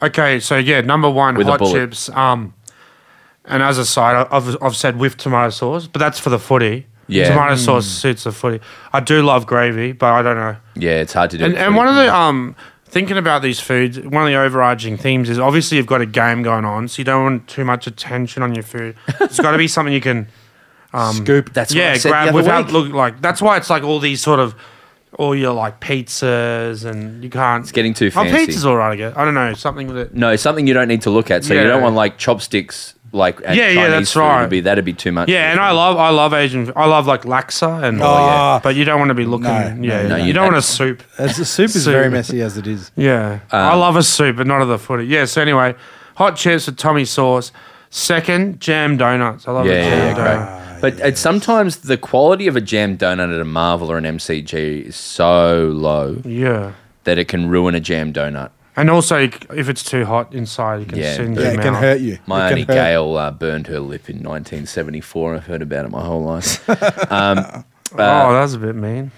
Okay, so yeah, number one,
With a
hot
bullet.
chips. Um, and as a side, I- I've, I've said with tomato sauce, but that's for the footy.
Yeah. Mm.
tomato sauce suits the footy. I do love gravy, but I don't know.
Yeah, it's hard to do.
And
it
and
for-
one of the um thinking about these foods, one of the overarching themes is obviously you've got a game going on, so you don't want too much attention on your food. It's got to be something
[LAUGHS]
you can
Scoop.
that's what I
yeah,
said
grab
the other
without
week.
look like. That's why it's like all these sort of all your like pizzas and you can't. It's
getting too
Oh,
fancy.
pizza's all right, I guess. I don't know something that.
no, something you don't need to look at. So you
Yeah.
don't want like chopsticks, like at
Yeah, yeah,
Chinese
that's
food would
right.
Be that'd be too much.
Yeah, and I love I love Asian. I love like laksa and
yeah.
but you don't want to be looking.
No,
yeah,
no,
yeah,
Oh, no,
you,
you
don't
don't.
want a soup.
That's, the soup is
Soup.
very messy as it is.
Yeah, I
Um,
love a soup, but not of the footy. Yeah. So anyway, hot chips with Tommy sauce. Second, jam donuts. I love
Yeah,
a
yeah,
jam
yeah,
donut.
great. But it's sometimes the quality of a jam donut at a Marvel or an MCG is so low
Yeah.
that it can ruin a jam donut.
And also, if it's too hot inside, it can
Yeah,
send
yeah,
you
Yeah, it can
out.
hurt you.
My
it can
auntie
hurt.
Gail uh, burned her lip in 1974. I've heard about it my whole life. [LAUGHS]
oh, that's a bit mean.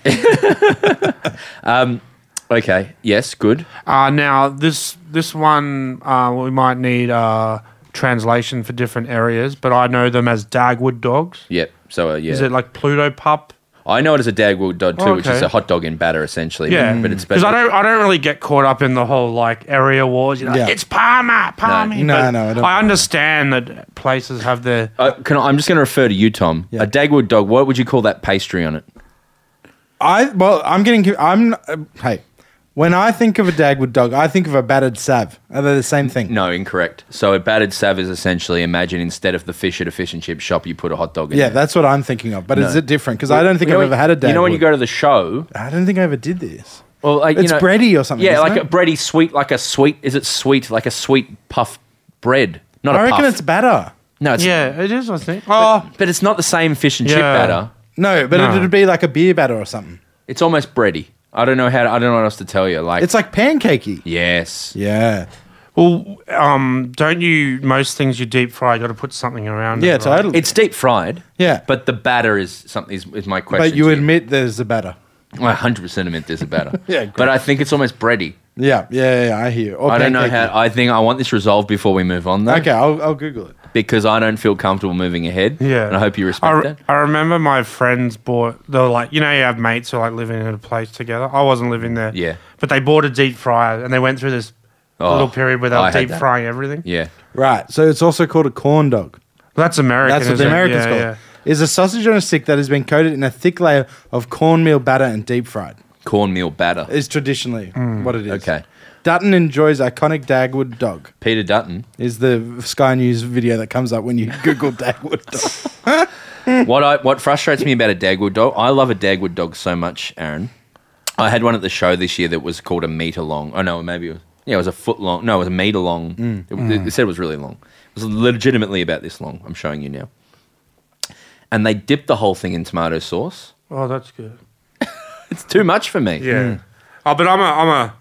okay. Yes. Good.
Uh, now this this one uh, we might need uh, translation for different areas, but I know them as Dagwood dogs.
Yep. So uh, yeah,
Is it like Pluto pup?
I know it as a Dagwood dog too,
Oh,
which is
okay.
a hot dog in batter essentially.
Yeah,
But
Mm.
it's
because
better.
I don't I don't really get caught up in the whole like area wars. You're like,
Yeah.
It's Palmer, Palmer.
No,
but
no, I don't-
understand that places have their
Uh, can I, I'm just going to refer to you, Tom.
Yeah.
A Dagwood dog. What would you call that pastry on it?
I well, I'm getting. I'm uh, hey. When I think of a Dagwood dog, I think of a battered sav. Are they the same thing?
No, incorrect. So a battered sav is essentially imagine instead of the fish at a fish and chip shop, you put a hot dog in.
Yeah,
there.
that's what I'm thinking of. But is it different? Because I don't think
You know
I've ever
when-
had a Dagwood.
You know when you go to the show,
I don't think I ever did this.
well, like, you
It's
know-
bready or something,
Yeah,
isn't
like
it?
a bready sweet, like a sweet. Is it sweet? Like a sweet puff bread? Not
I
a
reckon
puff.
it's batter.
no, it's
yeah. It is, I think. Oh,
but it's not the same fish and chip
Yeah.
batter.
No, but
No.
it would be like a beer batter or something.
It's almost bready. I don't know how. To, I don't know what else to tell you. Like
It's like pancakey.
yes,
Yeah.
well, um, don't you most things you deep fry? You got to put something around.
Yeah,
it, right?
totally.
it's deep fried.
Yeah.
but the batter is something. Is, is my question?
but you
to you.
admit there's a batter.
I hundred percent meant there's a batter.
[LAUGHS] Yeah, great.
but I think it's almost bready.
Yeah, yeah, yeah, yeah, I hear. you. Or
I don't know
pancakey.
how. I think I want this resolved before we move on, though.
Okay, I'll, I'll Google it.
Because I don't feel comfortable moving ahead.
Yeah.
And I hope you
I,
respect
re-
that.
I remember my friends bought, they were like, you know, you have mates who are like living in a place together. I wasn't living there.
Yeah.
But they bought a deep fryer and they went through this
Oh,
little period where they
I
were
had
deep
that.
frying everything.
Yeah.
Right. So it's also called a corn dog.
That's American.
That's what
isn't
the
it?
Americans
Yeah,
call
yeah.
it. Is a sausage on a stick that has been coated in a thick layer of cornmeal batter and deep fried.
Cornmeal batter.
Is traditionally
Mm,
what it is.
Okay.
Dutton enjoys iconic Dagwood dog.
Peter Dutton.
Is the Sky News video that comes up when you [LAUGHS] Google Dagwood dog.
what I what frustrates me about a Dagwood dog, I love a Dagwood dog so much, Aaron. I had one at the show this year that was called a meter long. Oh no, maybe it was yeah, it was a foot long. No, it was a meter long.
Mm,
It, it- it said it was really long. It was legitimately about this long. I'm showing you now. And they dipped the whole thing in tomato sauce.
Oh, that's good.
It's too much for me.
Yeah. Oh, but I'm a, I'm a,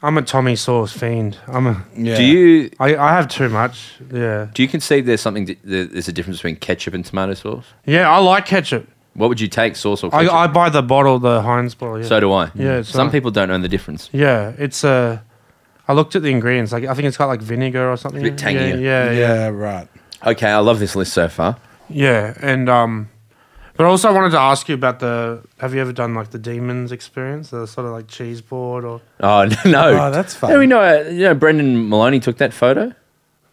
I'm a Tommy sauce fiend. I'm a,
Yeah.
Do you
I, I have too much. Yeah.
do you concede there's something that there's a difference between ketchup and tomato sauce?
Yeah. I like ketchup.
What would you take, sauce or
I,
ketchup?
I buy the bottle, the Heinz bottle. Yeah.
so do I.
Yeah, it's
Some
not-
people don't know the difference.
yeah. It's a, I looked at the ingredients. Like I think it's got like vinegar or something.
bit tangier.
Yeah. Yeah. yeah.
Yeah, right.
Okay, I love this list so far.
Yeah, and um, but also I wanted to ask you about the. Have you ever done like the demons experience, the sort of like cheese board or
Oh [LAUGHS] no!
Oh, that's
Yeah, we
fun.
know. Uh, you know, Brendan Maloney took that photo.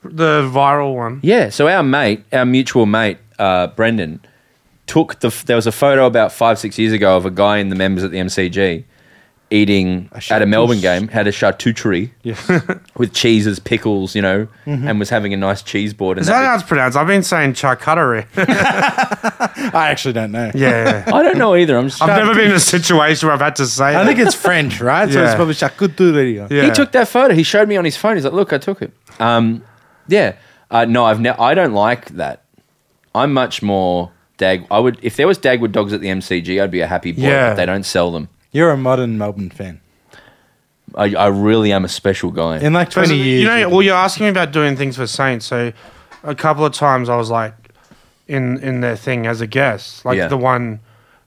the viral one?
Yeah. So our mate, our mutual mate, uh, Brendan, took the. f- There was a photo about five six years ago of a guy in the members at the MCG eating at a
chartreuse.
Melbourne game. Had a charcuterie
Yes.
[LAUGHS] with cheeses, pickles, you know, and was having a nice cheese board. And
Is that how
Mm-hmm. that
it's pronounced? I've been saying charcuterie. [LAUGHS]
I actually don't know.
yeah,
was- I don't know either. I'm. Just,
I've never been in a situation where I've had to say.
I
that.
think it's French, right? So
Yeah.
it's probably charcuterie.
yeah.
He took that photo. He showed me on his phone. He's like, "Look, I took it." Um, yeah. Uh, no, I've ne- I don't like that. I'm much more dag. I would if there was Dagwood dogs at the MCG, I'd be a happy boy.
Yeah.
But they don't sell them.
You're a modern Melbourne fan.
I, I really am a special guy.
In like 20
Because,
years.
You know,
you'll
well, you're asking me about doing things for Saints. So, a couple of times I was like, in in their thing as a guest, like
Yeah.
the one.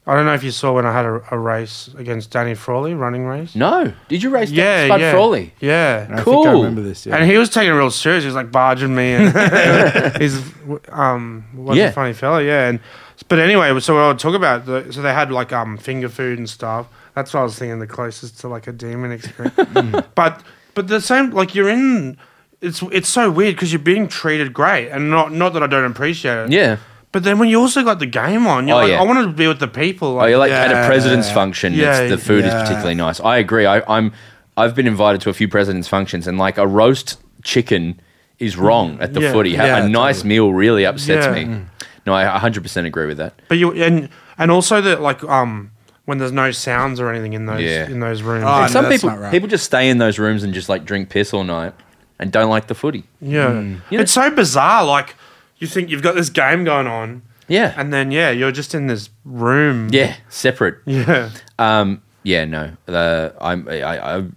I don't know if you saw when I had a, a race against Danny Frawley, running race.
no, did you race
Yeah,
Spud
yeah,
Frawley?
yeah.
I think I
Cool.
remember this. Yeah.
And he was taking it real serious. He was like barging me, and
[LAUGHS]
he's um was
Yeah.
a funny fella, yeah. And but anyway, so what I would talk about, the, so they had like um finger food and stuff. That's what I was thinking, the closest to like a
[LAUGHS]
demon experience.
Mm.
but but the same, like you're in, it's it's so weird because you're being treated great, and not not that I don't appreciate it.
Yeah.
But then when you also got the game on, you're
Oh,
like,
yeah.
I want to be with the people.
Oh,
Like,
you're like
Yeah.
at a president's function.
Yeah,
it's, the food is
yeah.
particularly nice. I agree. I, I'm. I've been invited to a few president's functions, and like a roast chicken is wrong at the
Yeah.
footy. Ha-
Yeah,
a nice meal really upsets
Yeah.
me. Mm. No, I 100% agree with that.
But you and and also that like um when there's no sounds or anything in those
Yeah.
in those rooms.
Oh,
Some
that's
people
not right.
people just stay in those rooms and just like drink piss all night and don't like the footy.
Yeah.
Mm.
You know-
It's so bizarre. Like, you think you've got this game going on,
Yeah.
and then, yeah, you're just in this room.
yeah,
[LAUGHS]
separate.
Yeah.
Um, yeah, no. Uh, I'm I, I, I'm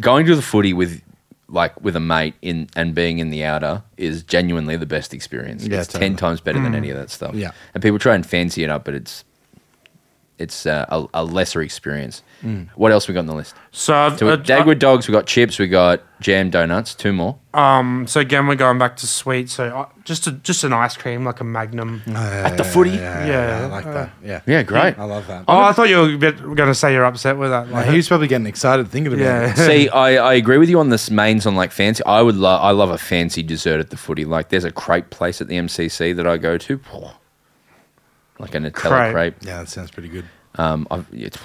going to the footy with like with a mate in and being in the outer is genuinely the best experience.
Yeah,
it's
totally. Mm.
ten times better than any of that stuff.
Yeah.
and people try and fancy it up, but it's it's uh, a, a lesser experience.
Mm.
What else we got on the list?
So, I've-
So
uh,
with Dagwood Dogs, we got chips, we got jam donuts, two more.
um, so again, we're going back to sweet. So uh, just a, just an ice cream, like a Magnum.
At
the footy?
I
Yeah,
like
uh,
that. Yeah.
Yeah, great.
I love that.
Oh, I thought you were going to say you're upset with that.
Now,
[LAUGHS]
Like,
he's probably getting excited thinking about [LAUGHS]
yeah.
it.
See, I, I agree with you on this mains on like fancy. I would love I love a fancy dessert at the footy. Like there's a crepe place at the MCC that I go to, [SIGHS] like a Nutella
Crepe.
crepe.
Yeah, that sounds pretty good.
Um, I've, it's,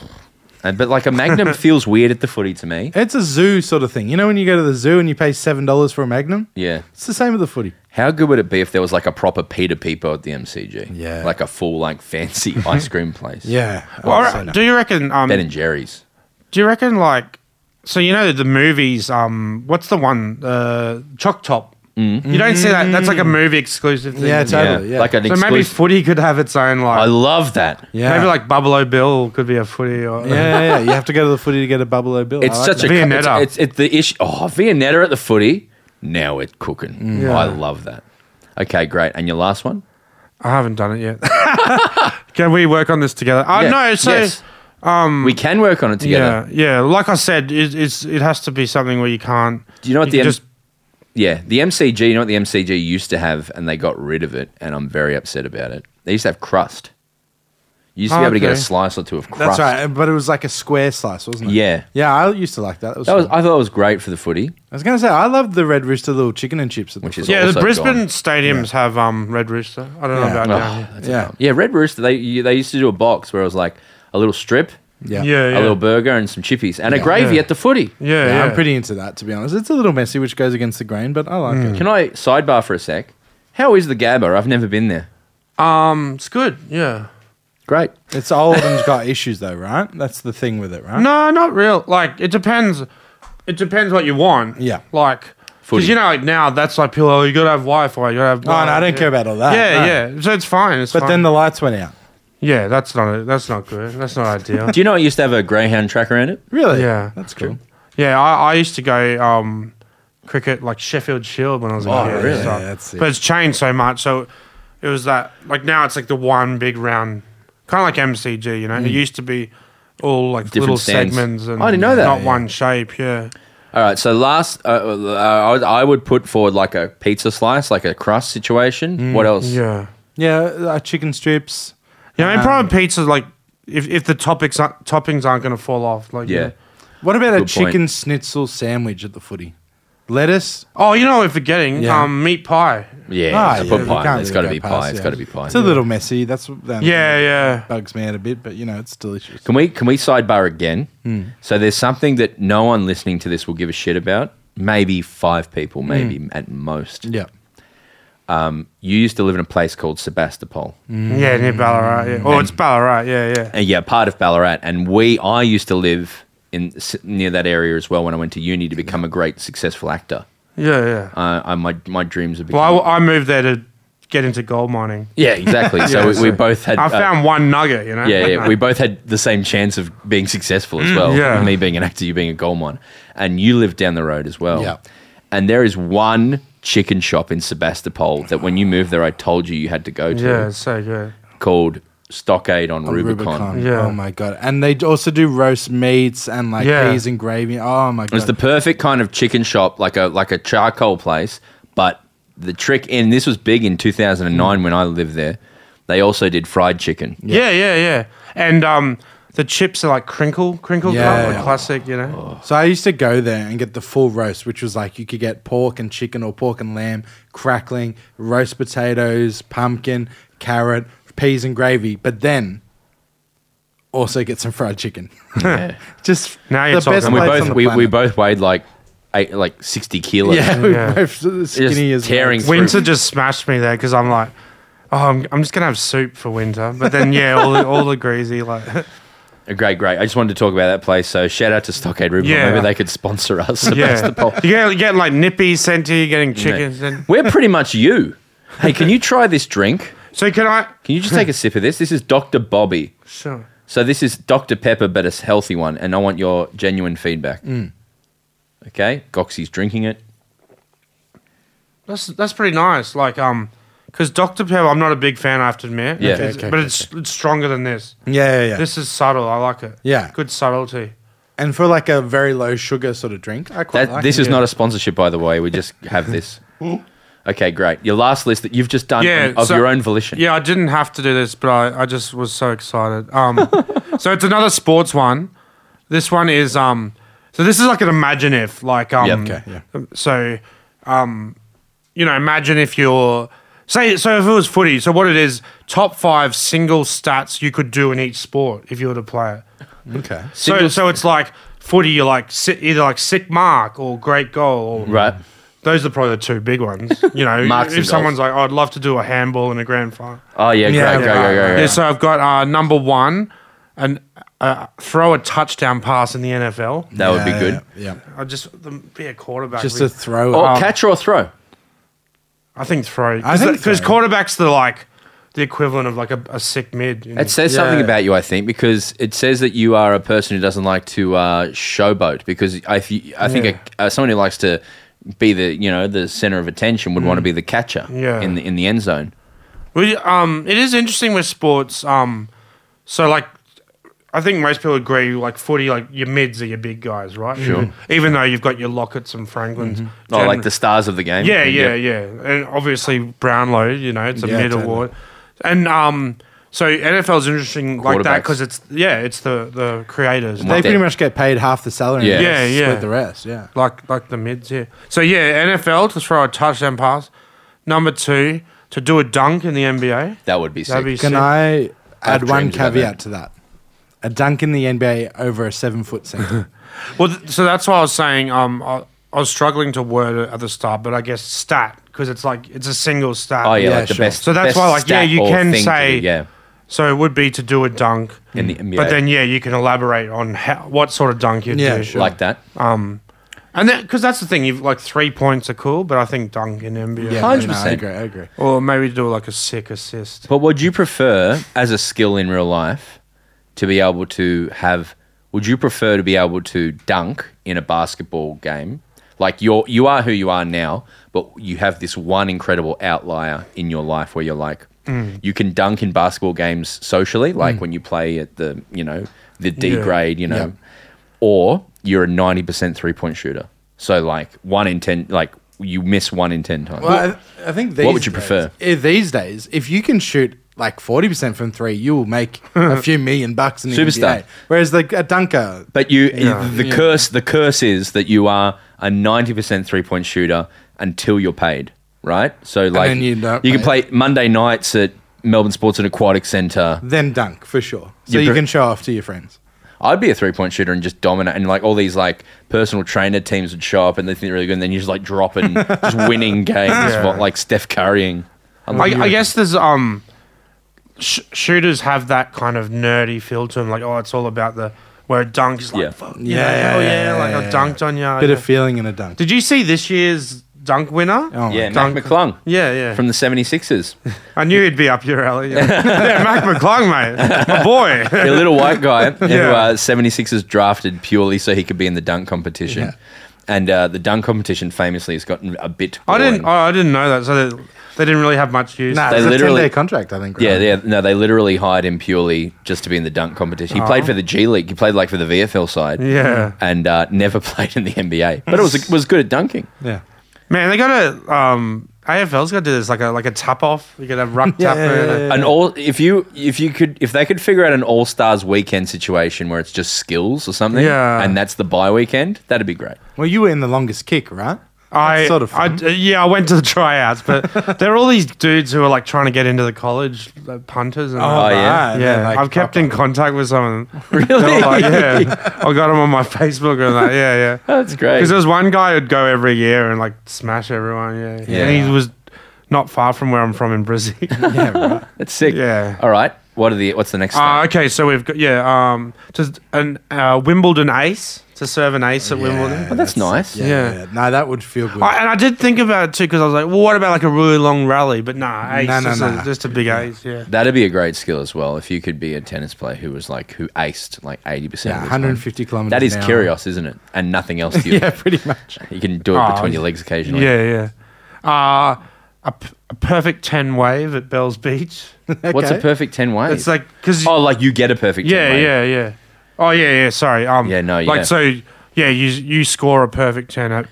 and, but like a
[LAUGHS]
Magnum feels weird at the footy to me.
It's a zoo sort of thing. You know when you go to the zoo and you pay seven dollars for a magnum?
Yeah.
It's the same with the footy.
How good would it be if there was like a proper Peter Peepo at the MCG?
Yeah.
Like a full like
[LAUGHS]
fancy ice cream place.
Yeah.
Well,
I
all
would say
right,
no.
do you reckon? Um,
Ben and Jerry's.
do you reckon like? So you know the movies. Um, what's the one? Uh, Choc Top.
Mm.
You don't see that. That's like a movie exclusive thing.
Mm. Yeah,
isn't it?
Totally, yeah.
Like an
So maybe
exclusive.
footy could have its own
I
like.
love that.
yeah.
Maybe like Buffalo Bill could be a footy or
[LAUGHS] Yeah, yeah, yeah. You have to go to the footy to get a bubble o bill.
It's such a
Viennetta.
It's, it's, it's the issue. Oh, Viennetta at the footy. Now it's cooking.
Yeah.
I love that. Okay, great. And your last one?
I haven't done it yet. [LAUGHS] Can we work on this together? Uh,
Yeah.
No, so um,
Yes. we can work on it together.
yeah, yeah. Like I said, it, it's it has to be something where you can't.
Do you know what the
can
M-
just
Yeah, the MCG. You know what the MCG used to have, and they got rid of it, and I'm very upset about it. They used to have crust. You used to be
Oh,
able to get a
okay.
slice or two of crust.
That's right, but it was like a square slice, wasn't it?
Yeah.
Yeah, I used to like that. That was.
That was,
fun.
I thought it was great for the footy.
I was gonna say I loved the Red Rooster little chicken and chips. At the
Which is
footy.
yeah. The
also
Brisbane
gone.
stadiums have um Red Rooster. I don't know
Yeah.
about
Oh,
down here.
that's
Yeah.
dumb. yeah. Red Rooster. They you- they used to do a box where it was like a little strip,
yeah.
Yeah,
a
yeah.
little burger, and some chippies, and
Yeah. Mm.
a gravy
Yeah.
at the footy.
yeah,
Yeah,
yeah.
I'm pretty into that to be honest. It's a little messy, which goes against the grain, but I like it.
Can I sidebar for a sec? How is the Gabba? I've never been there.
Um, it's good. Yeah.
[LAUGHS]
Great.
It's old and it's got issues though, right? That's the thing with it, right?
No, not real. Like it depends. It depends what you want.
Yeah.
Like
Footy.
because you know like now that's like pillow. You gotta have Wi-Fi. You gotta have.
Oh, no, I don't
yeah.
care about all that.
Yeah,
no.
yeah. So it's fine. It's
But
fine.
then the lights went out.
yeah, that's not that's not good. That's not ideal.
Do you know it used to have a greyhound track around it?
Really?
Yeah.
That's cool.
yeah, I, I used to go um, cricket like Sheffield Shield when I was.
Oh,
a kid and
really?
stuff.
Yeah, that's it.
But it's changed so much. So it was that like now it's like the one big round, kind of like MCG. You know, it used to be all like
Mm. Different
little
stands.
segments and
I didn't know that.
Not
Yeah.
one shape. Yeah.
All right. So last, uh, uh, I would- I would put forward like a pizza slice, like a crust situation. What else?
Yeah.
Mm, Yeah, uh, chicken strips.
Yeah,
Um,
I mean, probably pizza's like if, if the topics aren't, toppings aren't going to fall off, like
Yeah.
What about
Good
a
point.
chicken schnitzel sandwich at the footy? Lettuce.
Oh, you know what we're forgetting?
Yeah.
Um, meat pie.
Yeah,
Ah,
so
yeah,
put
you
pie.
can't
It's
really
got to
go
be
past,
pie. It's
yeah.
got to be pie.
It's a little messy. That's that
Yeah, yeah.
bugs me out a bit, but you know it's delicious.
Can we can we sidebar again?
Hmm.
So there's something that no one listening to this will give a shit about. Maybe five people, maybe
Hmm.
at most.
Yeah.
You used to live in a place called Sebastopol,
Yeah, near Ballarat. Yeah. Oh,
Mm.
it's Ballarat. Yeah, yeah.
and Uh, yeah, part of Ballarat. And we, I used to live in s- near that area as well when I went to uni to become a great successful actor.
Yeah, yeah.
Uh, I, my my dreams have become.
well, I, I moved there to get into gold mining.
[LAUGHS] yeah,
[LAUGHS]
exactly. So
Yeah,
we, we
so
both had.
I
uh,
found one nugget, you know?
yeah,
[LAUGHS]
yeah, we both had the same chance of being successful as well.
Mm, yeah.
Me being an actor, you being a gold miner. And you live down the road as well.
Yeah.
And there is one chicken shop in Sebastopol that when you moved there, I told you you had to go to
Yeah, it's so good.
called Stockade on, Rubicon.
Yeah.
Oh my god. And they d- also do roast meats and like
Yeah.
peas and gravy. Oh my god.
It's the perfect kind of chicken shop, like a like a charcoal place. But the trick, and this was big in 2009 when I lived there, they also did fried chicken.
Yeah, yeah, yeah. And um, the chips are like crinkle, crinkle
Yeah,
cut, like
yeah.
classic, you
Oh,
know?
so I used to go there and get the full roast, which was like you could get pork and chicken or pork and lamb, crackling, roast potatoes, pumpkin, carrot, peas and gravy. But then also get some fried chicken.
Yeah.
[LAUGHS] Just
Now you're
the best
talking.
And we
plates on
both
the
we, we
planet.
both weighed like eight, like 60 kilos.
Yeah, we
Yeah.
both skinny
[LAUGHS] Just
as
tearing
well.
Winter just smashed me there because I'm like, oh, I'm, I'm just going to have soup for winter. But then, yeah, all the, all the greasy, like. [LAUGHS]
Great, great. I just wanted to talk about that place. So shout out to Stockade Rubicon.
Yeah.
Maybe they could sponsor us. [LAUGHS]
Yeah,
Sebastopol.
you get, you're getting like nippies sent to you, getting chickens. And,
We're pretty much you. Hey, can you try this drink?
so can I?
Can you just take a sip of this? This is Dr. Bobby.
Sure.
Mm.
So this is Dr. Pepper, but a healthy one, and I want your genuine feedback. Okay, Goxie's drinking it.
That's that's pretty nice. Like um, because Dr Pepper, I'm not a big fan. I have to admit.
Yeah.
It's-
Okay, okay,
but it's it's stronger than this.
Yeah, yeah, yeah.
This is subtle. I like it.
Yeah.
Good subtlety.
and for like a very low sugar sort of drink, I quite
That
like
this
it.
is not a sponsorship, by the way. We
[LAUGHS]
just have this. okay, great. Your last list that you've just done
Yeah.
on- of
so-
your own volition.
Yeah, I didn't have to do this, but I, I just was so excited.
[LAUGHS]
Um, so it's another sports one. This one is um, so this is like an imagine if like um,
Yep.
Okay, yeah.
So, um, you know, imagine if you're say so if it was footy. So what it is? Top five single stats you could do in each sport if you were to play it.
Okay.
So
Single-
so it's like footy. You're like si- either like sick mark or great goal. Or,
Right.
Those are probably the two big ones. You know,
[LAUGHS] Marks and
if someone's like, oh, I'd love to do a handball in a grand final.
Oh yeah.
Yeah,
great. Go,
yeah.
go, go, go.
Yeah, so I've got uh, number one, and uh, throw a touchdown pass in the NFL.
That would be
Yeah,
good.
Yeah. Um,
I just the, be a quarterback.
Just
would
to
be-
throw.
Or
up.
catch or throw.
I think throw.
I think
Because
throw.
quarterbacks are like the equivalent of like a, a sick mid. you know.
It says
Yeah.
something about you, I think, because it says that you are a person who doesn't like to uh, showboat. Because I, th- I think
Yeah.
a, uh, someone who likes to be the you know the center of attention would want
Mm.
to be the catcher
Yeah.
in the in the end zone.
We, um, it is interesting with sports. Um, so like, I think most people agree. Like footy, like your mids are your big guys, right? Sure. Even though you've got your Lockets and Franklins.
Oh, like
Gen-
the stars of the game.
Yeah, yeah,
Yep.
yeah. And obviously Brownlow, you know, it's a
Yeah,
mid
totally.
award. And um, so NFL is interesting like that
Quarterbacks.
because it's yeah, it's the the creators.
They
What
pretty
the-
much get paid half the salary.
Yeah.
and
Yeah,
just
yeah.
Split the rest. Yeah.
like like the mids here. So yeah, NFL to throw a touchdown pass. Number two to do a dunk in the NBA.
That would be sick.
That'd be
Can
sick.
I
I've
add one
dreamed about
caveat to that? A dunk in the NBA over a seven foot center.
[LAUGHS]
Well, th- so that's why I was saying um, I, I was struggling to word it at the start, but I guess stat because it's like it's a single stat.
Oh yeah,
Yeah,
like the
sure.
best.
So that's
best
why, like, yeah,
stat
you
or
can
thing to
say-
do, yeah.
So it would be to do a dunk
In the NBA.
But then, yeah, you can elaborate on how, what sort of dunk you
Yeah,
do.
sure.
like that.
And that because that's the thing, you've like three points are cool, but I think dunk in NBA.
Yeah, no, no, I
100%.
agree. I agree.
Or maybe do like a sick assist.
But would you prefer, as a skill in real life, to be able to have? Would you prefer to be able to dunk in a basketball game? Like you're, you are who you are now, but you have this one incredible outlier in your life where you're like, you can dunk in basketball games socially, like when you play at the, you know, the D
Yeah.
grade, you know,
Yeah.
or you're a ninety percent three point shooter. So like one in ten, like you miss one in ten times.
Well, I, I think these
What would you
days-
prefer?
i- these days, if you can shoot like forty percent from three, you will make
[LAUGHS]
a few million bucks in the
Superstar.
NBA. Whereas the a dunker,
But you,
Yeah.
the curse, the curse is that you are a ninety percent three point shooter until you're paid, right? So like,
then you don't
can
play.
play Monday nights at Melbourne Sports and Aquatic Centre.
then dunk for sure. So
You
you
pre-
can show off to your friends.
I'd be a three point shooter and just dominate, and like all these like personal trainer teams would show up and they think they're really good, and then you just like drop
[LAUGHS]
it and just winning games,
Yeah.
like Steph Currying. I'm
I,
like,
I guess there's um, sh- shooters have that kind of nerdy feel to them, like oh, it's all about the where a dunk is like,
Yeah.
fuck,
Yeah,
you know,
yeah,
oh yeah,
yeah,
like
yeah,
I
Oh, yeah.
dunked on you.
Bit of feeling in a dunk.
Did you see this year's dunk winner?
Oh my
yeah,
God.
Mac
Dunk.
McClung
Yeah, yeah.
from the 76ers,
I knew he'd be up your
[LAUGHS]
alley. Yeah, yeah Mac McClung, mate, my boy.
a little white guy
[LAUGHS]
who
Yeah.
uh, 76ers drafted purely so he could be in the dunk competition.
Yeah.
And uh, the dunk competition famously has gotten a bit.
I didn't.
boring.
Oh, I didn't know that. So they, they didn't really have much use.
Nah,
They
it's
literally-
a ten day contract. I think.
Yeah,
right?
yeah, no, they literally hired him purely just to be in the dunk competition. He played for the G League. He played like for the VFL side.
Yeah.
and uh, never [LAUGHS] played in the NBA, but it was was good at dunking.
yeah.
Man, they got to um, AFL's got to do this like a like a tap off. You got to have ruck
[LAUGHS] Yeah,
tap.
yeah, yeah, yeah.
An all if you if you could if they could figure out an All Stars weekend situation where it's just skills or something,
Yeah.
and that's the bye weekend, that'd be great.
Well, you were in the longest kick, right?
I
That's sort of
I- uh,
fun.
yeah, I went to the tryouts,
[LAUGHS]
but there are all these dudes who are like trying to get into the college like, punters and.
Oh,
all that.
yeah.
right, and
yeah,
then, like,
I've kept in contact with some of them.
[LAUGHS] Really?
They're like, yeah,
[LAUGHS]
I got them on my Facebook and that. Yeah, yeah.
That's great.
Because there was one guy who'd go every year and like smash everyone. Yeah,
Yeah.
And he was not far from where I'm from in Brazil. [LAUGHS]
[LAUGHS] Yeah, right.
That's sick.
Yeah.
All right. What are the what's the next?
Uh,
step?
okay, so we've got yeah, um, just an uh, Wimbledon ace to serve an ace at Wimbledon.
Well, that's nice.
Oh, Yeah,
Yeah.
yeah. No, that would feel good.
I, and I did think about it too because I was like, well, what about like a really long rally? But nah, ace,
No, no,
just,
no.
A, just a big ace, yeah.
That'd be a great skill as well if you could be a tennis player who was like who aced like eighty percent.
yeah, 150 kilometers.
That is
an hour.
Kyrgios, isn't it? And nothing else to you.
Yeah, pretty much.
You can do it
Oh,
between your legs occasionally.
Yeah, yeah. Uh, a, p- a perfect 10 wave at
[LAUGHS]
Bell's Beach.
What's a
Okay.
perfect ten wave?
It's like, because.
oh, like you get a perfect. 10
yeah,
wave.
yeah, yeah. Oh, yeah, yeah. Sorry. Um,
Yeah, no, yeah.
Like, so, yeah, you you score a perfect 10 at.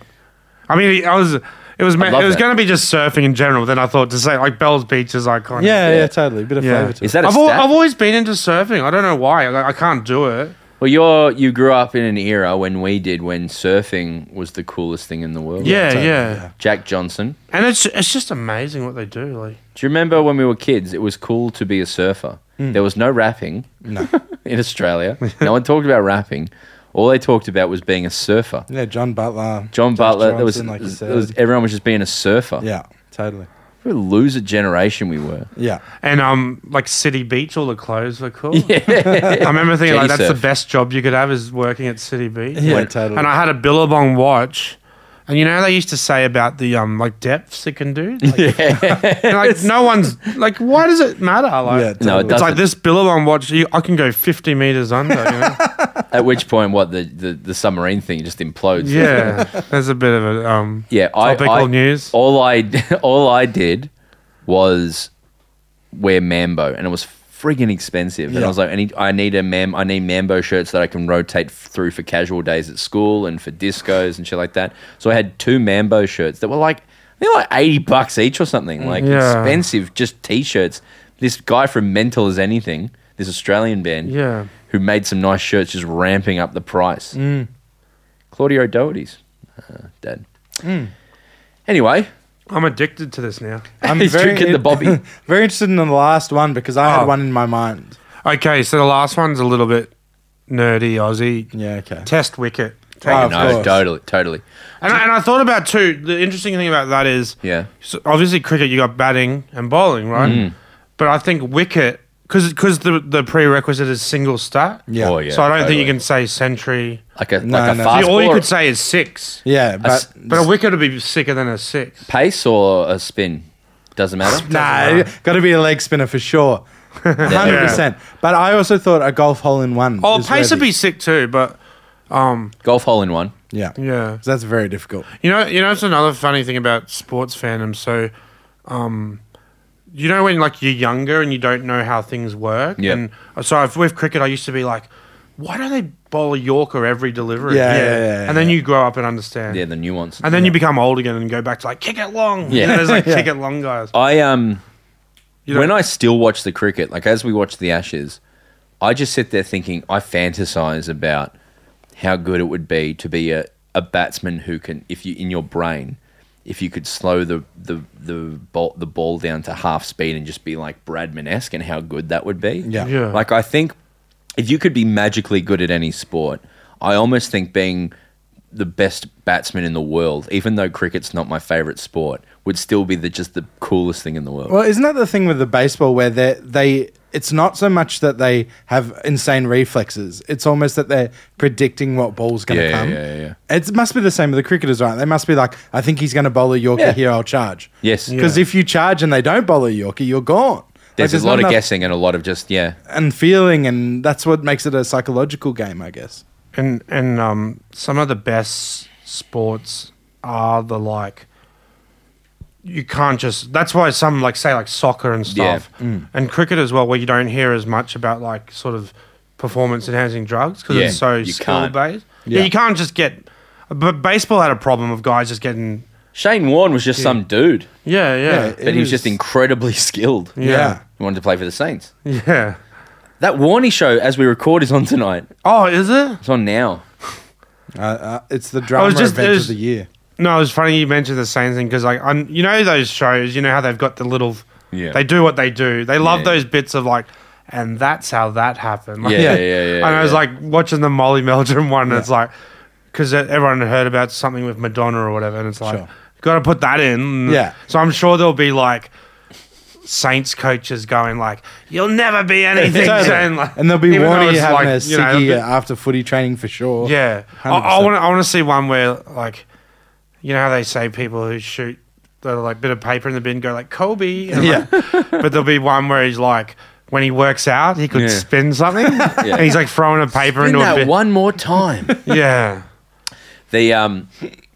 I mean, I was. It was meant,
love
it was
that.
going to be just surfing in general. Then I thought to say like Bell's Beach is iconic.
Yeah, yeah,
Yeah.
totally. Bit of
Yeah.
flavor to
Is
it.
that a
I've, al-
stat?
I've always been into surfing. I don't know why. Like, I can't do it.
well, you're you grew up in an era when we did when surfing was the coolest thing in the world.
Yeah, yeah.
totally, yeah.
Jack Johnson.
And it's it's just amazing what they do. Like
Do you remember when we were kids? It was cool to be a surfer. There was no rapping. [LAUGHS]
No.
in Australia, no one talked about rapping. All they talked about was being a surfer.
Yeah, John Butler.
John
Josh
Butler. there was,
Johnson, like you
there was
said.
everyone was just being a surfer.
Yeah, totally.
What a loser generation we
[LAUGHS]
were.
Yeah.
and um like City Beach, all the clothes were cool.
[LAUGHS] Yeah.
I remember thinking
Jetty
like that's
surf.
the best job you could have is working at City Beach.
Yeah,
When-
totally.
And I had a Billabong watch. And you know how they used to say about the um like depths it can do? Like, [LAUGHS] and, like no one's like why does it matter? Like
yeah,
No, it
totally.
it's like
doesn't.
this Billabong watch you, I can go fifty meters under, you know?
At which point, what the, the, the submarine thing just implodes.
yeah. [LAUGHS] There's a bit of a um
yeah. I,
topical
I-
news.
All I [LAUGHS] all I did was wear Mambo, and it was friggin' expensive. And
Yeah.
I was like, I need I need a mam I need Mambo shirts that I can rotate f- through for casual days at school and for discos and shit like that. So I had two Mambo shirts that were like they're like eighty bucks each or something, like
Yeah.
expensive just t-shirts. This guy from Mental as anything, this Australian band,
Yeah. Mm.
who made some nice shirts, just ramping up the price. Claudio Doherty's uh, dad.
Mm.
Anyway,
I'm addicted to this now.
[LAUGHS]
I'm
He's drinking the Bobby.
[LAUGHS] very interested in the last one because I
Oh.
had one in my mind.
Okay, so the last one's a little bit nerdy Aussie.
Yeah, okay.
Test wicket. Take
Oh,
it.
of
Ah, no,
course.
totally, totally.
And, I, and I thought about too. The interesting thing about that is,
Yeah. Mm.
so obviously cricket you got batting and bowling, right? But I think wicket because because the the prerequisite is single stat.
Yeah.
Oh, yeah.
so I don't think
totally.
you can say century.
like a
No,
like a
no.
fast
You- all you
ball or
could say is six.
Yeah,
s-
but
But a wicket would be sicker than a six.
pace or a spin. Doesn't matter.
[LAUGHS] nah, [LAUGHS] got to be a leg spinner
[LAUGHS]
for sure. 100%. But I also thought a golf hole in one.
Oh,
is
pace would
worthy.
be sick too, but um,
Golf hole in one.
Yeah.
yeah.
So that's very difficult.
You know, you know, it's another funny thing about sports fandom. So, um, you know, when like you're younger and you don't know how things work.
Yeah.
And uh, so I've, with cricket, I used to be like, why don't they bowl a Yorker every delivery?
Yeah, yeah, yeah,
and then
yeah.
you grow up and understand.
Yeah, the nuance.
And then you become old again and go back to like kick it long. Yeah.
Yeah.
You know, there's
[LAUGHS]
like
Yeah.
kick it long guys.
I um,
You know-
when I still watch the cricket, like as we watch the Ashes, I just sit there thinking. I fantasize about how good it would be to be a, a batsman who can, if you in your brain, if you could slow the the the ball the ball down to half speed and just be like Bradman esque, and how good that would be.
Yeah.
Yeah.
Like I think if you could be magically good at any sport, I almost think being the best batsman in the world, even though cricket's not my favorite sport, would still be the just the coolest thing in the world.
Well, isn't that the thing with the baseball where they they it's not so much that they have insane reflexes. It's almost that they're predicting what ball's going to
Yeah, yeah,
come.
yeah, yeah,
It must be the same with the cricketers, right? They must be like, I think he's going to bowl a Yorker
Yeah.
here. I'll charge.
Yes. Yeah.
Because if you charge and they don't bowl a Yorker, you're gone.
there's,
Like,
a
not
lot of
enough-
guessing and a lot of just yeah.
and feeling, and that's what makes it a psychological game, I guess.
and and um, some of the best sports are the like you can't just that's why some like say like soccer and stuff
Mm.
and cricket as well where you don't hear as much about like sort of performance enhancing drugs because
Yeah,
it's so
you
skill
can't.
based
Yeah.
yeah. you can't just get but baseball had a problem of guys just getting
Shane Warne was just some dude,
yeah
Yeah,
yeah
but he was just incredibly [LAUGHS] skilled.
Yeah.
He wanted to play for the Saints.
[LAUGHS] yeah,
That Warney show, as we record, is on tonight.
oh is it
It's on now.
Uh, uh, it's the drama
just-
event
it was-
of the year.
No, it was funny you mentioned the same thing because like I'm, you know those shows, you know how they've got the little,
Yeah.
they do what they do. They love
Yeah.
those bits of like, and that's how that happened. Like,
Yeah,
[LAUGHS]
yeah, yeah, yeah,
And I was
yeah.
like watching the Molly Meldrum one. And it's like because everyone had heard about something with Madonna or whatever, and it's like
Sure.
got to put that in.
Yeah.
So I'm sure there'll be like Saints coaches going like, "You'll never be
[LAUGHS]
anything."
Totally.
Shane," like-
and there'll be
even though
one of you
it's
having
like,
a
you know,
ciggy
bit-
after footy training for sure.
yeah, I, I
100%.
want to. I want to see one where like, you know how they say people who shoot the like bit of paper in the bin go like Kobe. And,
Yeah.
like- but there'll be one where he's like, when he works out, he could
Yeah. [LAUGHS]
spin something. And he's like throwing a paper
Do
into a
that
bin.
one more time. [LAUGHS]
Yeah,
the um,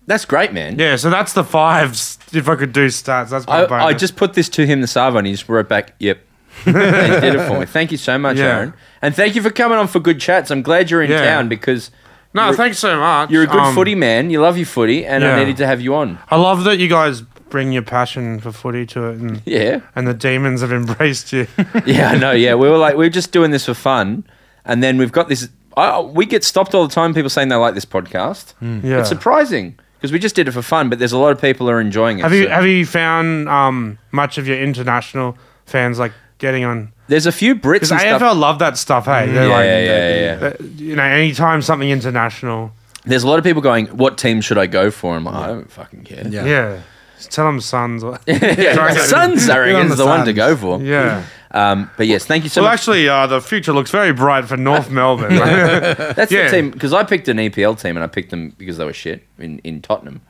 that's great, man.
yeah. So that's the fives. If I could do stats, that's my
I,
bonus.
I just put this to him this hour and he just wrote back,
[LAUGHS]
yep. and he did it for me. Thank you so much,
Yeah.
Aaron. And thank you for coming on for good chats. I'm glad you're in
Yeah.
town because
no.
you're-
Thanks so much.
you're a good
Um,
footy man. You love your footy, and I
yeah.
needed to have you on.
I love that you guys bring your passion for footy to it, and
[LAUGHS] Yeah.
and the demons have embraced you.
Yeah, I know. Yeah, we were like, we are just doing this for fun, and then we've got this. I, we get stopped all the time. People saying they like this podcast.
Hmm. Yeah.
It's surprising because we just did it for fun, but there's a lot of people who are enjoying it.
Have you
so-
have you found um, much of your international fans like getting on?
there's a few Brits
Because
and
AFL
stuff. Mm,
love that stuff. Hey, they're
Yeah,
like,
yeah, yeah, yeah, yeah.
uh, you know, anytime something international,
There's a lot of people going, "What team should I go for?" I'm like, I don't fucking care.
Yeah.
yeah. Just tell them Suns. or-
[LAUGHS] Yeah, Suns, I
Good on
reckon, is
the
the one to
Suns.
go for.
yeah.
Um, but yes, thank you so
Well,
much.
actually, uh, the future looks very bright
[LAUGHS]
for North Melbourne.
That's
yeah.
the team because I picked an EPL team and I picked them because they were shit in, in Tottenham.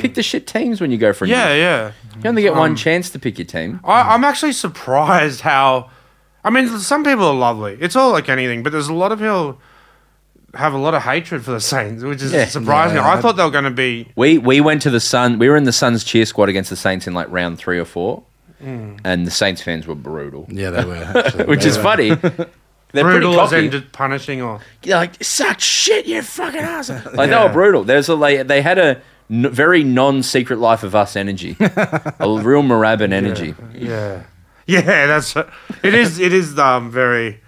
Pick the shit teams when you go for a
[LAUGHS] Mm. yeah,
new-
yeah.
You only get one chance to pick your team.
I, I'm actually surprised how. I mean, some people are lovely. It's all like anything, but there's a lot of people have a lot of hatred for the Saints, which is
Yeah.
surprising.
Yeah,
I,
I-
thought they were going to be.
We we went to the Sun. We were in the Suns cheer squad against the Saints in like round three or four,
Mm.
and the Saints fans were brutal,
Yeah, they were.
[LAUGHS]
Actually,
which
They
is
were.
[LAUGHS]
funny. They're pretty
Brutal as
cocky.
in just punishing or
They're like suck shit, you fucking ass. [LAUGHS] Like they were brutal. There's a like, they had a n- very non-secret life of us
[LAUGHS]
energy, a real Moorabbin energy.
Yeah, yeah, [LAUGHS] that's it is. It is um very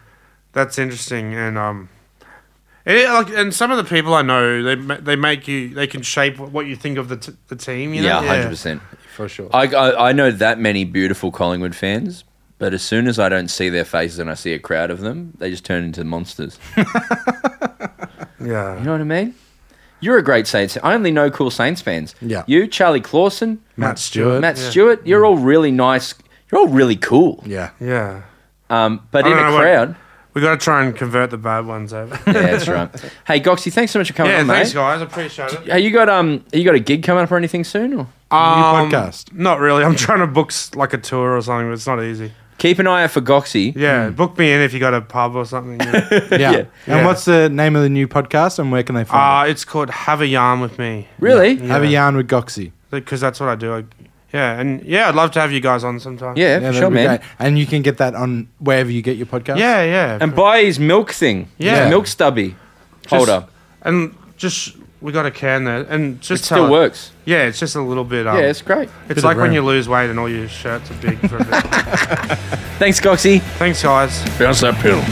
that's interesting and um, it, like and some of the people I know they ma- they make you they can shape what you think of the t- the team. You know?
Yeah, hundred percent.
for sure.
I, I I know that many beautiful Collingwood fans, but as soon as I don't see their faces and I see a crowd of them, they just turn into monsters. You
Yeah,
know what I mean? You're a great Saints. I only know cool Saints fans.
Yeah.
You, Charlie Clausen,
Matt Stewart.
Matt
Yeah.
Stewart. You're all really nice. You're all really cool. [LAUGHS]
yeah.
yeah.
Um, but
I
in a
don't know what-
crowd,
We got to try and convert the bad
[LAUGHS]
ones over.
yeah,
yeah,
that's
[LAUGHS]
right. Hey, Goxie, thanks so much for coming on,
thanks
mate.
guys, appreciate it.
Have you got um? Have you got a gig coming up or anything soon? Or?
Um,
podcast.
Not really. I'm trying to book s- like a tour or something, but it's not easy.
Keep an eye out for Goxie.
Yeah, book me in if you got a pub
[LAUGHS]
or something. yeah.
Yeah. And
Yeah.
what's the name of the new podcast and where can they find
Ah,
uh, it's called Have a Yarn with Me.
Really?
it? Have a yarn with Goxie.
because that's what I do. I, yeah, and yeah, I'd love to have you guys on sometime.
Yeah, for
that'd
sure,
be
man.
great. And you can get that on wherever you get your podcast.
yeah, yeah.
And buy his milk thing.
Yeah.
His milk stubby holder.
and just we got a can there, and just
It still
tell-
works.
Yeah, it's just a little bit. Um,
yeah, it's great.
it's
of
like when
room.
you lose weight
[LAUGHS]
and all your shirts are big for a bit.
Thanks, Goxie.
Thanks, guys.
Bounce that pill.